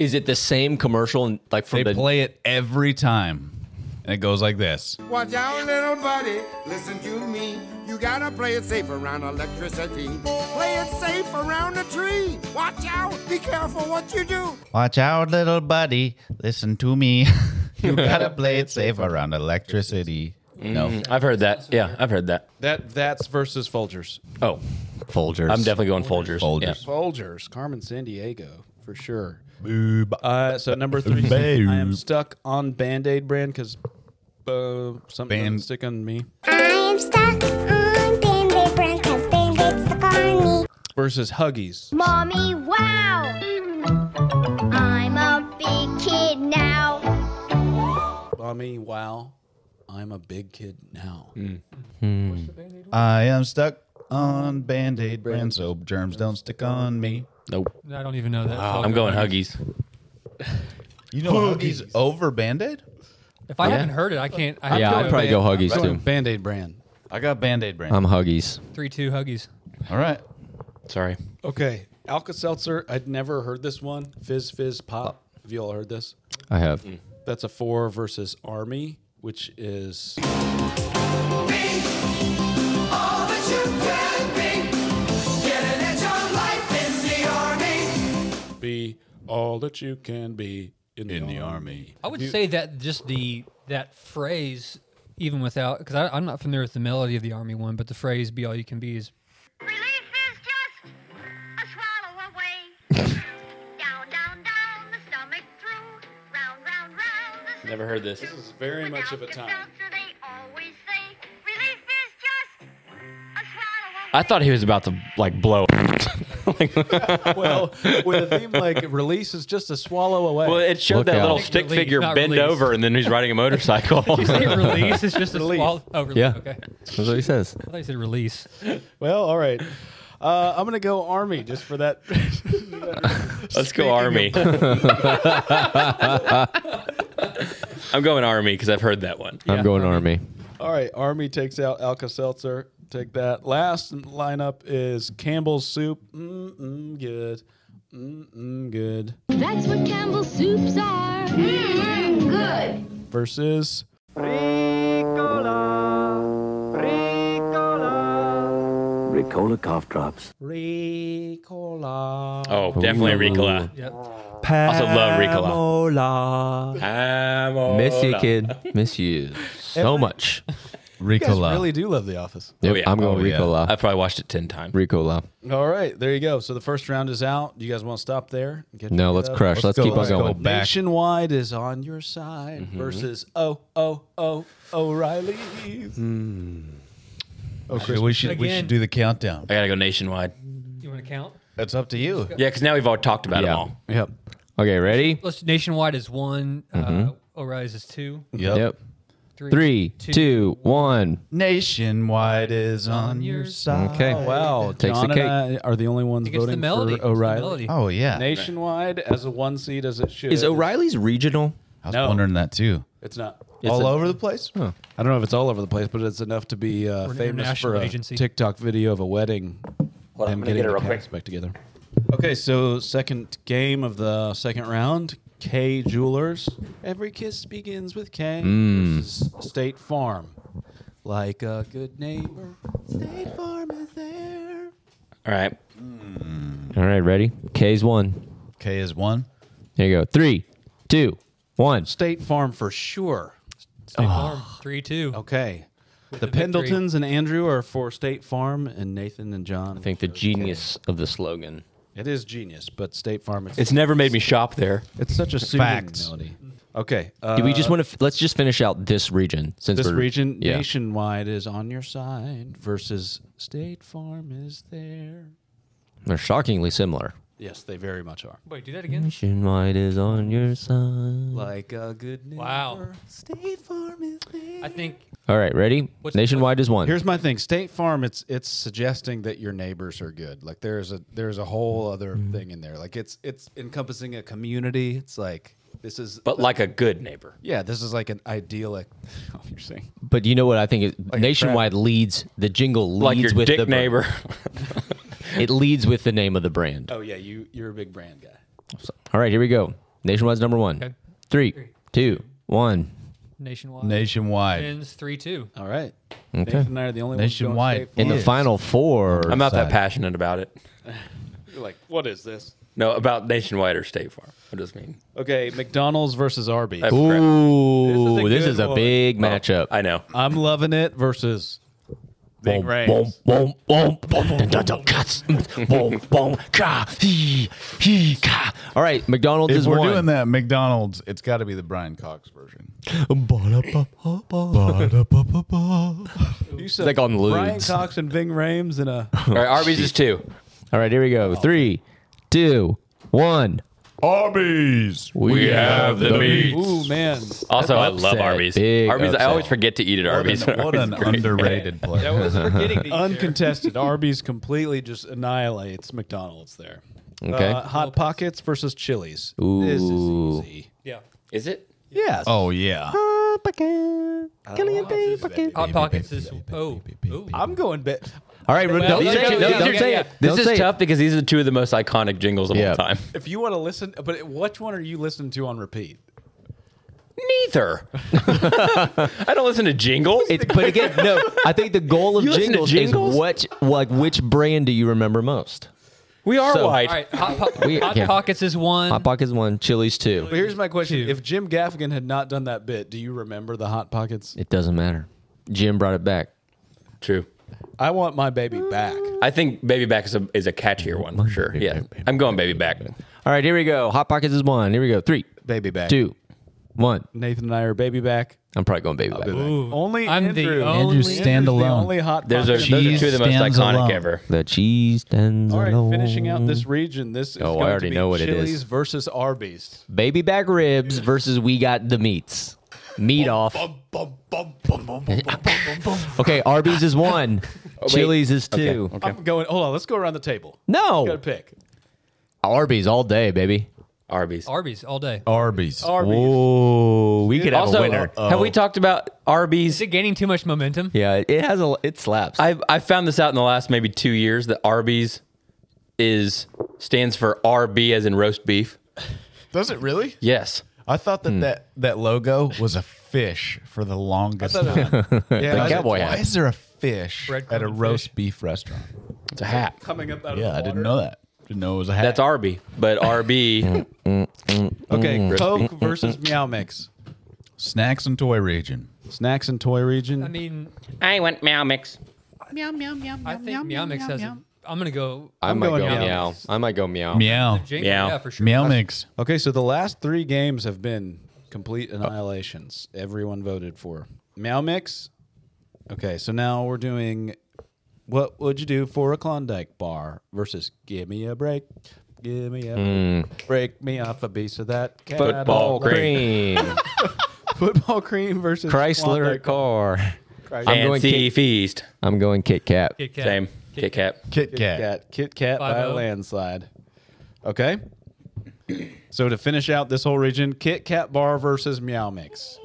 Is it the same commercial? And like from they the play it every time, and it goes like this. Watch out, little buddy. Listen to me. You gotta play it safe around electricity. Play it safe around a tree. Watch out. Be careful what you do. Watch out, little buddy. Listen to me. you gotta play it safe around electricity. No, I've heard that. Yeah, I've heard that. That that's versus Folgers. Oh, Folgers. I'm definitely going Folgers. Folgers. Folgers, Carmen San Diego for sure. Uh, so number three, I am stuck on Band Aid brand because uh, something doesn't stick on me. I'm stuck on Band-Aid brand cause Band-Aid's stuck on me. Versus Huggies. Mommy, wow! I'm a big kid now. Mommy, wow. I'm a big kid now. I am stuck on Band Aid brand soap. Germs don't stick on me. Nope. I don't even know that. Wow. I'm going Huggies. You know Huggies over Band Aid? If I Yeah. haven't heard it, I can't. I Yeah, have I'd no- probably go Huggies I'm too. going Band Aid brand. I got Band Aid brand. I'm Huggies. Three two Huggies. All right. Sorry. Okay, Alka Seltzer. I'd never heard this one. Fizz Fizz Pop. Have you all heard this? I have. Mm. That's a four versus Army, which is All that you can be. Get an edge on life in the army. be all that you can be in the, army. I would You- say that just the that phrase, even without, because I'm not familiar with the melody of the army one, but the phrase "be all you can be" is Never heard this. This is very much of a time. I thought he was about to like blow. well, with a theme like release is just a swallow away. Well, it showed that little stick Release, figure not bend release. over, and then he's riding a motorcycle. release. It's just a Release. swallow. Oh, release. Yeah. Okay. That's what he says. I thought you said release. Well, all right. Uh, I'm gonna go army just for that. Let's go army. I'm going army because I've heard that one. I'm going Army. all right, army takes out Alka Seltzer. Take that. Last lineup is Campbell's soup. Mm mm good. Mm mm good. That's what Campbell's soups are. Mmm, good. Versus Ricola cough drops. Ricola. Oh, definitely Ooh. Ricola. Yep. Also love Ricola. Pamola. Pamola. Miss you, kid. Miss you so Every- much. You guys really do love The Office. Yep, I'm going yeah. Ricola. I probably watched it ten times. Ricola. All right, there you go. So the first round is out. You guys want to stop there? Get No, your let's head up? crush. Let's Let's go- keep on let's go going. back. Nationwide is on your side Mm-hmm. versus oh oh oh O'Reilly. Mm-hmm. Oh, we should we Again. should do the countdown. I gotta go nationwide. You want to count? That's up to you. Yeah, because now we've all talked about them all. Yep. Okay, ready? Let's nationwide is one. Uh, Mhm. O'Reilly's is two. Yep. Three, Three, two, two, one. Nationwide is on your side. Okay. Wow, Takes John the cake. and I are the only ones It's voting the melody. It's for the O'Reilly. melody. Oh yeah. Nationwide as a one seed as it should. Is O'Reilly's regional? I was No. wondering that too. It's not. It's all a- over the place. I don't know if it's all over the place, but it's enough to be uh, We're an famous for international a agency. TikTok video of a wedding. Hold on, Them I'm gonna get it the real quick. cast back together. Okay, so second game of the second round, K Jewelers. Every kiss begins with K. Mm. versus State Farm. Like a good neighbor, State Farm is there. All right. All right, ready? K is one. K is one. There you go. Three, two, one. State Farm for sure. State Farm, three two. Okay. the the victory. Pendletons and Andrew are for State Farm, and Nathan and John. I think the genius of the slogan. It is genius, but State Farm. It's never made me shop there. It's such a soothing Facts. melody. Okay. Do we uh, just want to? F- let's just finish out this region since this we're, region Yeah. nationwide is on your side versus State Farm is there. They're shockingly similar. Yes, they very much are. Wait, do that again. Nationwide is on your side. Like a good neighbor. Wow. State Farm is there. I think All right, ready? What's- Nationwide is one. Here's my thing. State Farm, it's it's suggesting that your neighbors are good. Like there's a there's a whole other Mm-hmm. thing in there. Like it's it's encompassing a community. It's like this is But like a good neighbor. yeah, this is like an idyllic. Oh, you're saying but you know what I think? Is, nationwide leads the jingle leads Like your with dick the br- neighbor. it leads with the name of the brand. Oh yeah, you you're a big brand guy. All right, here we go. Nationwide's number one. Okay. Three, two, one. nationwide. Nationwide. Wins three two. All right. Okay. Nathan and I are the only Nationwide. ones going State In the Farm. final four. I'm not that side. passionate about it. You're like, what is this? No, about Nationwide or State Farm. I just mean. Okay, McDonald's versus Arby's. That's crap. Ooh, This is this a is a, good one. Oh. big matchup. I know. I'm loving it versus Big Boom, Rams. boom, boom, boom, boom, dun, dun, dun, cuts, mm, boom, boom, ka, he, he, ka. All right, McDonald's If is we're one. doing that McDonald's, it's got to be the Brian Cox version. You said Like on Brian Ludes. Cox and Ving Rhames in a Oh, All right, Arby's is two. All right, here we go. Three, two, one. Arby's. We have the Ooh man. Also, I Upset, love Arby's. big Arby's, I always upset. forget to eat at What Arby's. an, what an Arby's is great. underrated player. was forgetting to Uncontested. Arby's completely just annihilates McDonald's there. Okay. Uh, Hot Pockets versus Chili's. This is Ooh. easy. Yeah. Is it? Yes. Oh yeah. Hot pockets is oh oh. I'm going bit. All right, don't Well, say it. no, Don't, no, don't no, say yeah, it. This Don't say is it. tough because these are two of the most iconic jingles of Yeah. all time. If you want to listen, but which one are you listening to on repeat? Neither. I don't listen to jingles. It's, but again, no. I think the goal of You listen to jingles, jingles? is what, like, which brand do you remember most? we are so- white. All right, hot, po- We- hot yeah. pockets is one. Hot Pockets one, Chili's two. But here's my question: If Jim Gaffigan had not done that bit, do you remember the Hot Pockets? It doesn't matter. Jim brought it back. True. I want my baby back. I think Baby Back is a, is a catchier one for sure. Yeah. I'm going Baby Back. All right, here we go. Hot Pockets is one. Here we go. Three, Baby back. two, one. Nathan and I are baby back. I'm probably going baby back. Ooh, Only I'm Andrew. the Andrew only. Stan- Andrew's The Standalone. only hot There's a, pocket. those are two of the most stands iconic alone. ever. The cheese stands All right, alone. finishing out this region. This is Oh, I going already to be know what it Chili's is. versus Arby's. Baby back ribs versus we got the meats. Meat off. Okay, Arby's is one. Chili's is two. I'm going. Hold on. Let's go around the table. You No, gotta pick. Arby's all day, baby. Arby's. Arby's all day. Arby's. Arby's. Oh, we could have also, a winner. Oh. have we talked about Is Arby's? it gaining too much momentum? Uh, Yeah, it has a. It slaps. I I found this out in the last maybe two years that Arby's is stands for RB as in roast beef. Does it really? Yes. I thought that, that that logo was a fish for the longest time. yeah, The I was like, cowboy Why hat. is there a fish Breadcrumb at a and roast fish. beef restaurant? It's a hat. Coming up out Yeah, of the I didn't water. know that. Didn't know it was a hat. That's Arby, but RB Okay, Coke versus Meow Mix. snacks and toy region. Snacks and toy region. I mean, I went meow mix. I think Meow Mix has. A, I'm gonna go. I I'm might go going meow. meow. I might go meow. Meow. Jingle, Meow. Yeah, for sure. Meow That's- mix. okay, so the last three games have been complete annihilations. Everyone voted for Meow Mix. Okay, so now we're doing what would you do for a Klondike bar versus give me a break. Give me a break. break me off a piece of that cat- Football cream. Cream. football cream versus Chrysler Klondike car. Chrysler. I'm going Fancy Kit, feast. I'm going Kit Kat. Kit Kat. Same. Kit Kat. Kit Kit Kat. Kat. Kit Kat by a 5-0. landslide. Okay. So to finish out this whole region, Kit Kat bar versus Meow Mix.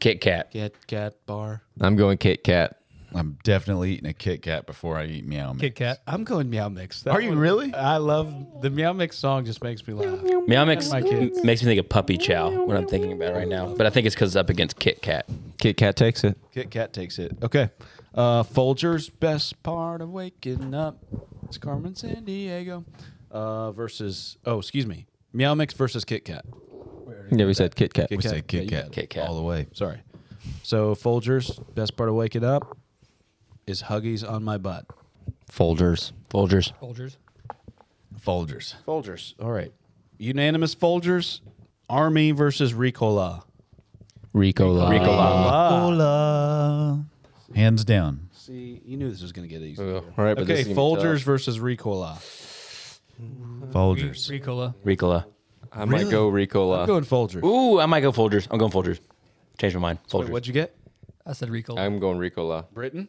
Kit Kat. Kit Kat bar. I'm going Kit Kat. I'm definitely eating a Kit Kat before I eat meow mix. Kit Kat. I'm going Meow Mix. That Are you one- really? I love the Meow Mix song. Just makes me laugh. Meow Mix My kids. makes me think of puppy chow when I'm thinking about it right now, but I think it's because it's up against Kit Kat. Kit Kat takes it. Kit Kat takes it. Okay. Uh, Folger's best part of waking up. It's Carmen San Diego uh, versus. Oh, excuse me. Meow Mix versus Kit Kat. Yeah, we said Kit Kat. Kit We Kat. said Kit Yeah, you Kat. got it. Kit Kat. All the way. Sorry. So Folgers, best part of waking up is Huggies on my butt. Folgers. Folgers. Folgers. Folgers. Folgers. All right. Unanimous Folgers. Army versus Ricola. Ricola. Ricola. Hands down. See, you knew this was going to get easy. here. Ugh. All right, but this okay, is gonna be Folgers tough. versus Ricola. Folgers. Ricola. Ricola. I might Really? go Ricola. I'm going Folgers. Ooh, I might go Folgers. I'm going Folgers. Changed my mind. Folgers. Wait, what'd you get? I said Ricola. I'm going Ricola. Britain?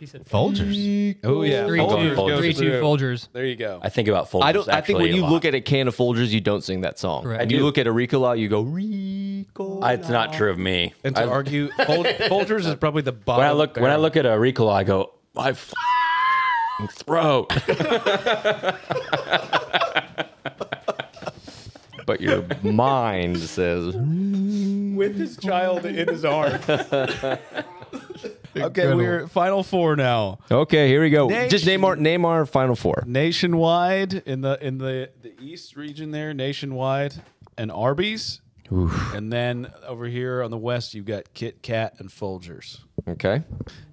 He said Folgers. Oh, yeah. Three, Folgers two, goes three, two, through. Folgers. There you go. I think about Folgers. I don't. I think when actually you a lot. look at a can of Folgers, you don't sing that song. Correct. And I you do. look at a Ricola, you go Ricola. I- it's not true of me. And to I- argue, Fol- Folgers is probably the bottom. when I look when I barrel. look at a Ricola, I go my f- throat. But your mind says. With his child in his arms. Okay, we're final four now. Okay, here we go. Nation- Just name our name our final four. Nationwide in the in the the east region there, nationwide and Arby's. And then over here on the west, you've got Kit Kat and Folgers. Okay.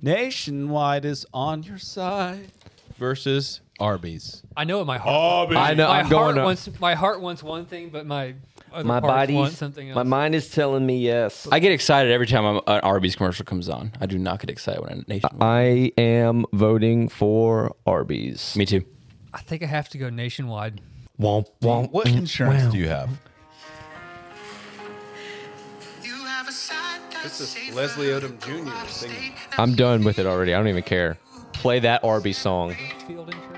Nationwide is on your side versus Arby's. I know what my heart. I know, My I'm heart going to- wants my heart wants one thing, but my other My parts body, want something else. my mind is telling me yes. I get excited every time I'm, an Arby's commercial comes on. I do not get excited when a nation. I am voting for Arby's. Me too. I think I have to go nationwide. Womp womp. What insurance do you have? This is Leslie Odom Jr. singing. I'm done with it already. I don't even care. Play that Arby's song. Field insurance.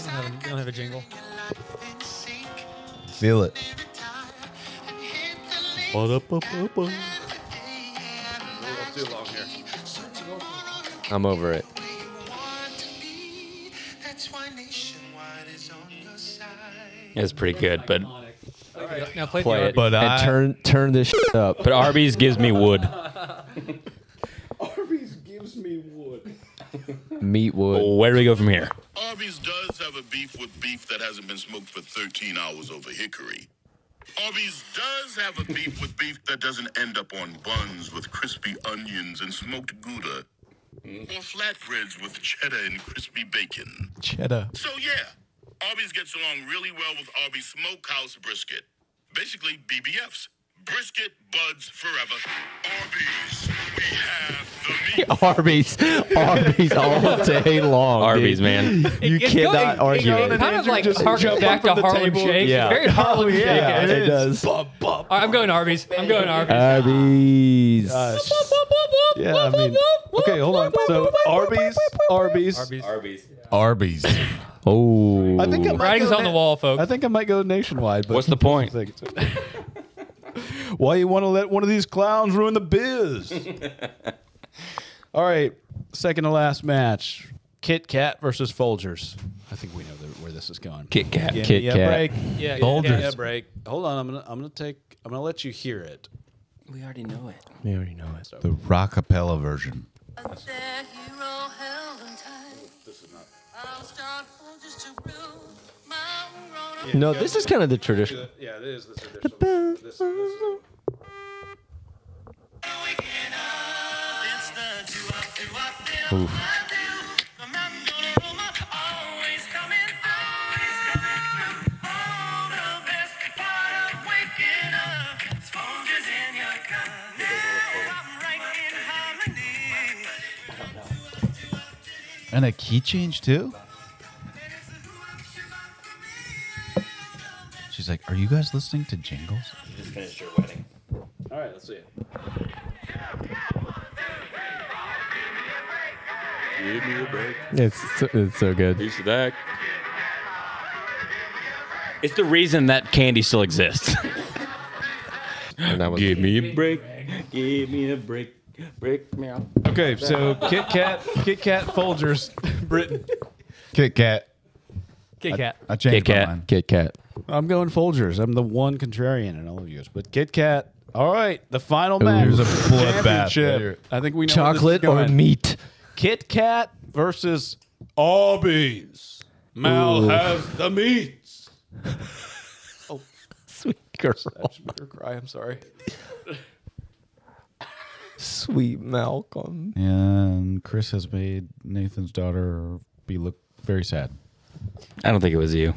You don't, have a, you don't have a jingle. Feel it. Too long here. I'm over it. It's pretty good, but Now play, Play the it. Arby's. But and I- turn turn this shit up. but Arby's gives me wood. Arby's gives me wood. Meatwood. Where do we go from here? Arby's does have a beef with beef that hasn't been smoked for 13 hours over hickory. Arby's does have a beef with beef that doesn't end up on buns with crispy onions and smoked gouda, or flatbreads with cheddar and crispy bacon. Cheddar. So yeah, Arby's gets along really well with Arby's Smokehouse brisket. Basically, BBFs. Brisket buds forever. Arby's, we have the meat. Arby's. Arby's all day long. Arby's, dude. man. You It's going- cannot argue. It's it. kind of like harkens back to Harlem Shake. Yeah. Very Harlem Shake. Yeah, actually. it does. All right, I'm going Arby's. I'm going Arby's. Arby's. Yeah, I mean, okay, hold on. So Arby's, Arby's. Arby's. Arby's. Arby's. Oh. I think I might Writing's go on the na- wall, folks. I think I might go nationwide. But What's the point? Why you want to let one of these clowns ruin the biz? All right, second to last match: Kit Kat versus Folgers. I think we know the, where this is going. Kit Kat. Give Kit me a Kat. break. yeah, Give me yeah, a yeah. break. Hold on, I'm gonna I'm gonna take I'm gonna let you hear it. We already know it. You already know it. The rockapella version. No, this is kind of the traditional. Yeah, it is. This is And a key change too? She's like, Are you guys listening to jingles? All right, let's see it. It's it's so good. Piece of that. It's the reason that candy still exists. And that was Give me a break. Give me a break. Break me out. Okay, so Kit Kat, Kit Kat, Folgers, Britain. Kit Kat. Kit Kat. I changed Kit my Kat. mind. Kit Kat. I'm going Folgers. I'm the one contrarian in all of yours, but Kit Kat. All right, the final Ooh. match. There's a bloodbath Championship. there. I think we know where this is Chocolate or going. meat? Kit Kat versus Arby's. Mal Ooh. has the meats. Sweet girl. Her cry. I'm sorry. Sweet Malcolm. And Chris has made Nathan's daughter be look very sad. I don't think it was you.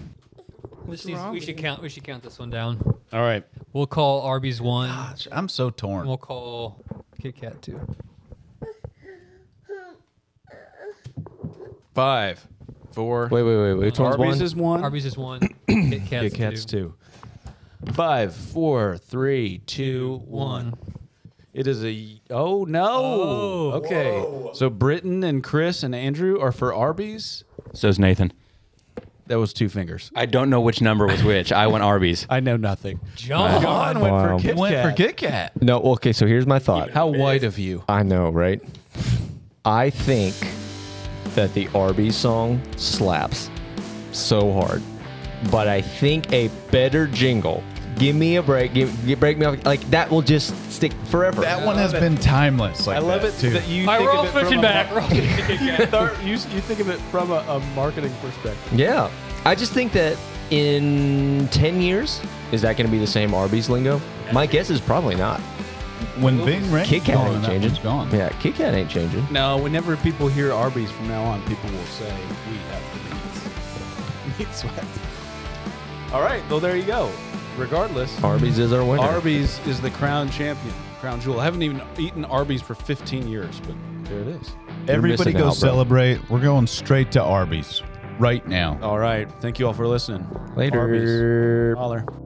This needs- we should count. We should count this one down. All right. We'll call Arby's one. I'm so torn. And we'll call Kit Kat two. Five, four. Wait, wait, wait. Which one's Arby's one? is one. Arby's is one. Kit Kat's, Kit Kat's two. two. Five, four, three, two, one. It is a oh no. okay. So Britton and Chris and Andrew are for Arby's. So is Nathan. That was two fingers. I don't know which number was which. I went Arby's. I know nothing. John. John went Wow. for Kit Went for Kat. Kit Kat. Um, No, okay, so here's my thought. How white of you. I know, right? I think that the Arby's song slaps so hard, but I think a better jingle. Give me a break. Give, give- break me off. Like that will just stick forever. That one has been timeless. Like I love that, it too. that All you right, think we're all of it switching from back. We're all switching to Kit Kat. you, start- you you think of it from a, a marketing perspective. Yeah, I just think that in ten years, is that going to be the same Arby's lingo? My guess is probably not. When Bing Rhames Kit Kat gone, ain't that changing. one's gone. Yeah, Kit Kat ain't changing. No, whenever people hear Arby's from now on, people will say we have the meats. Meat sweat. All right. Well, there you go. Regardless, Arby's is our winner. Arby's is the crown champion, crown jewel. I haven't even eaten Arby's for 15 years, but there it is. Everybody missing go out, bro. celebrate. We're going straight to Arby's right now. All right. Thank you all for listening. Later. Arby's. Holler.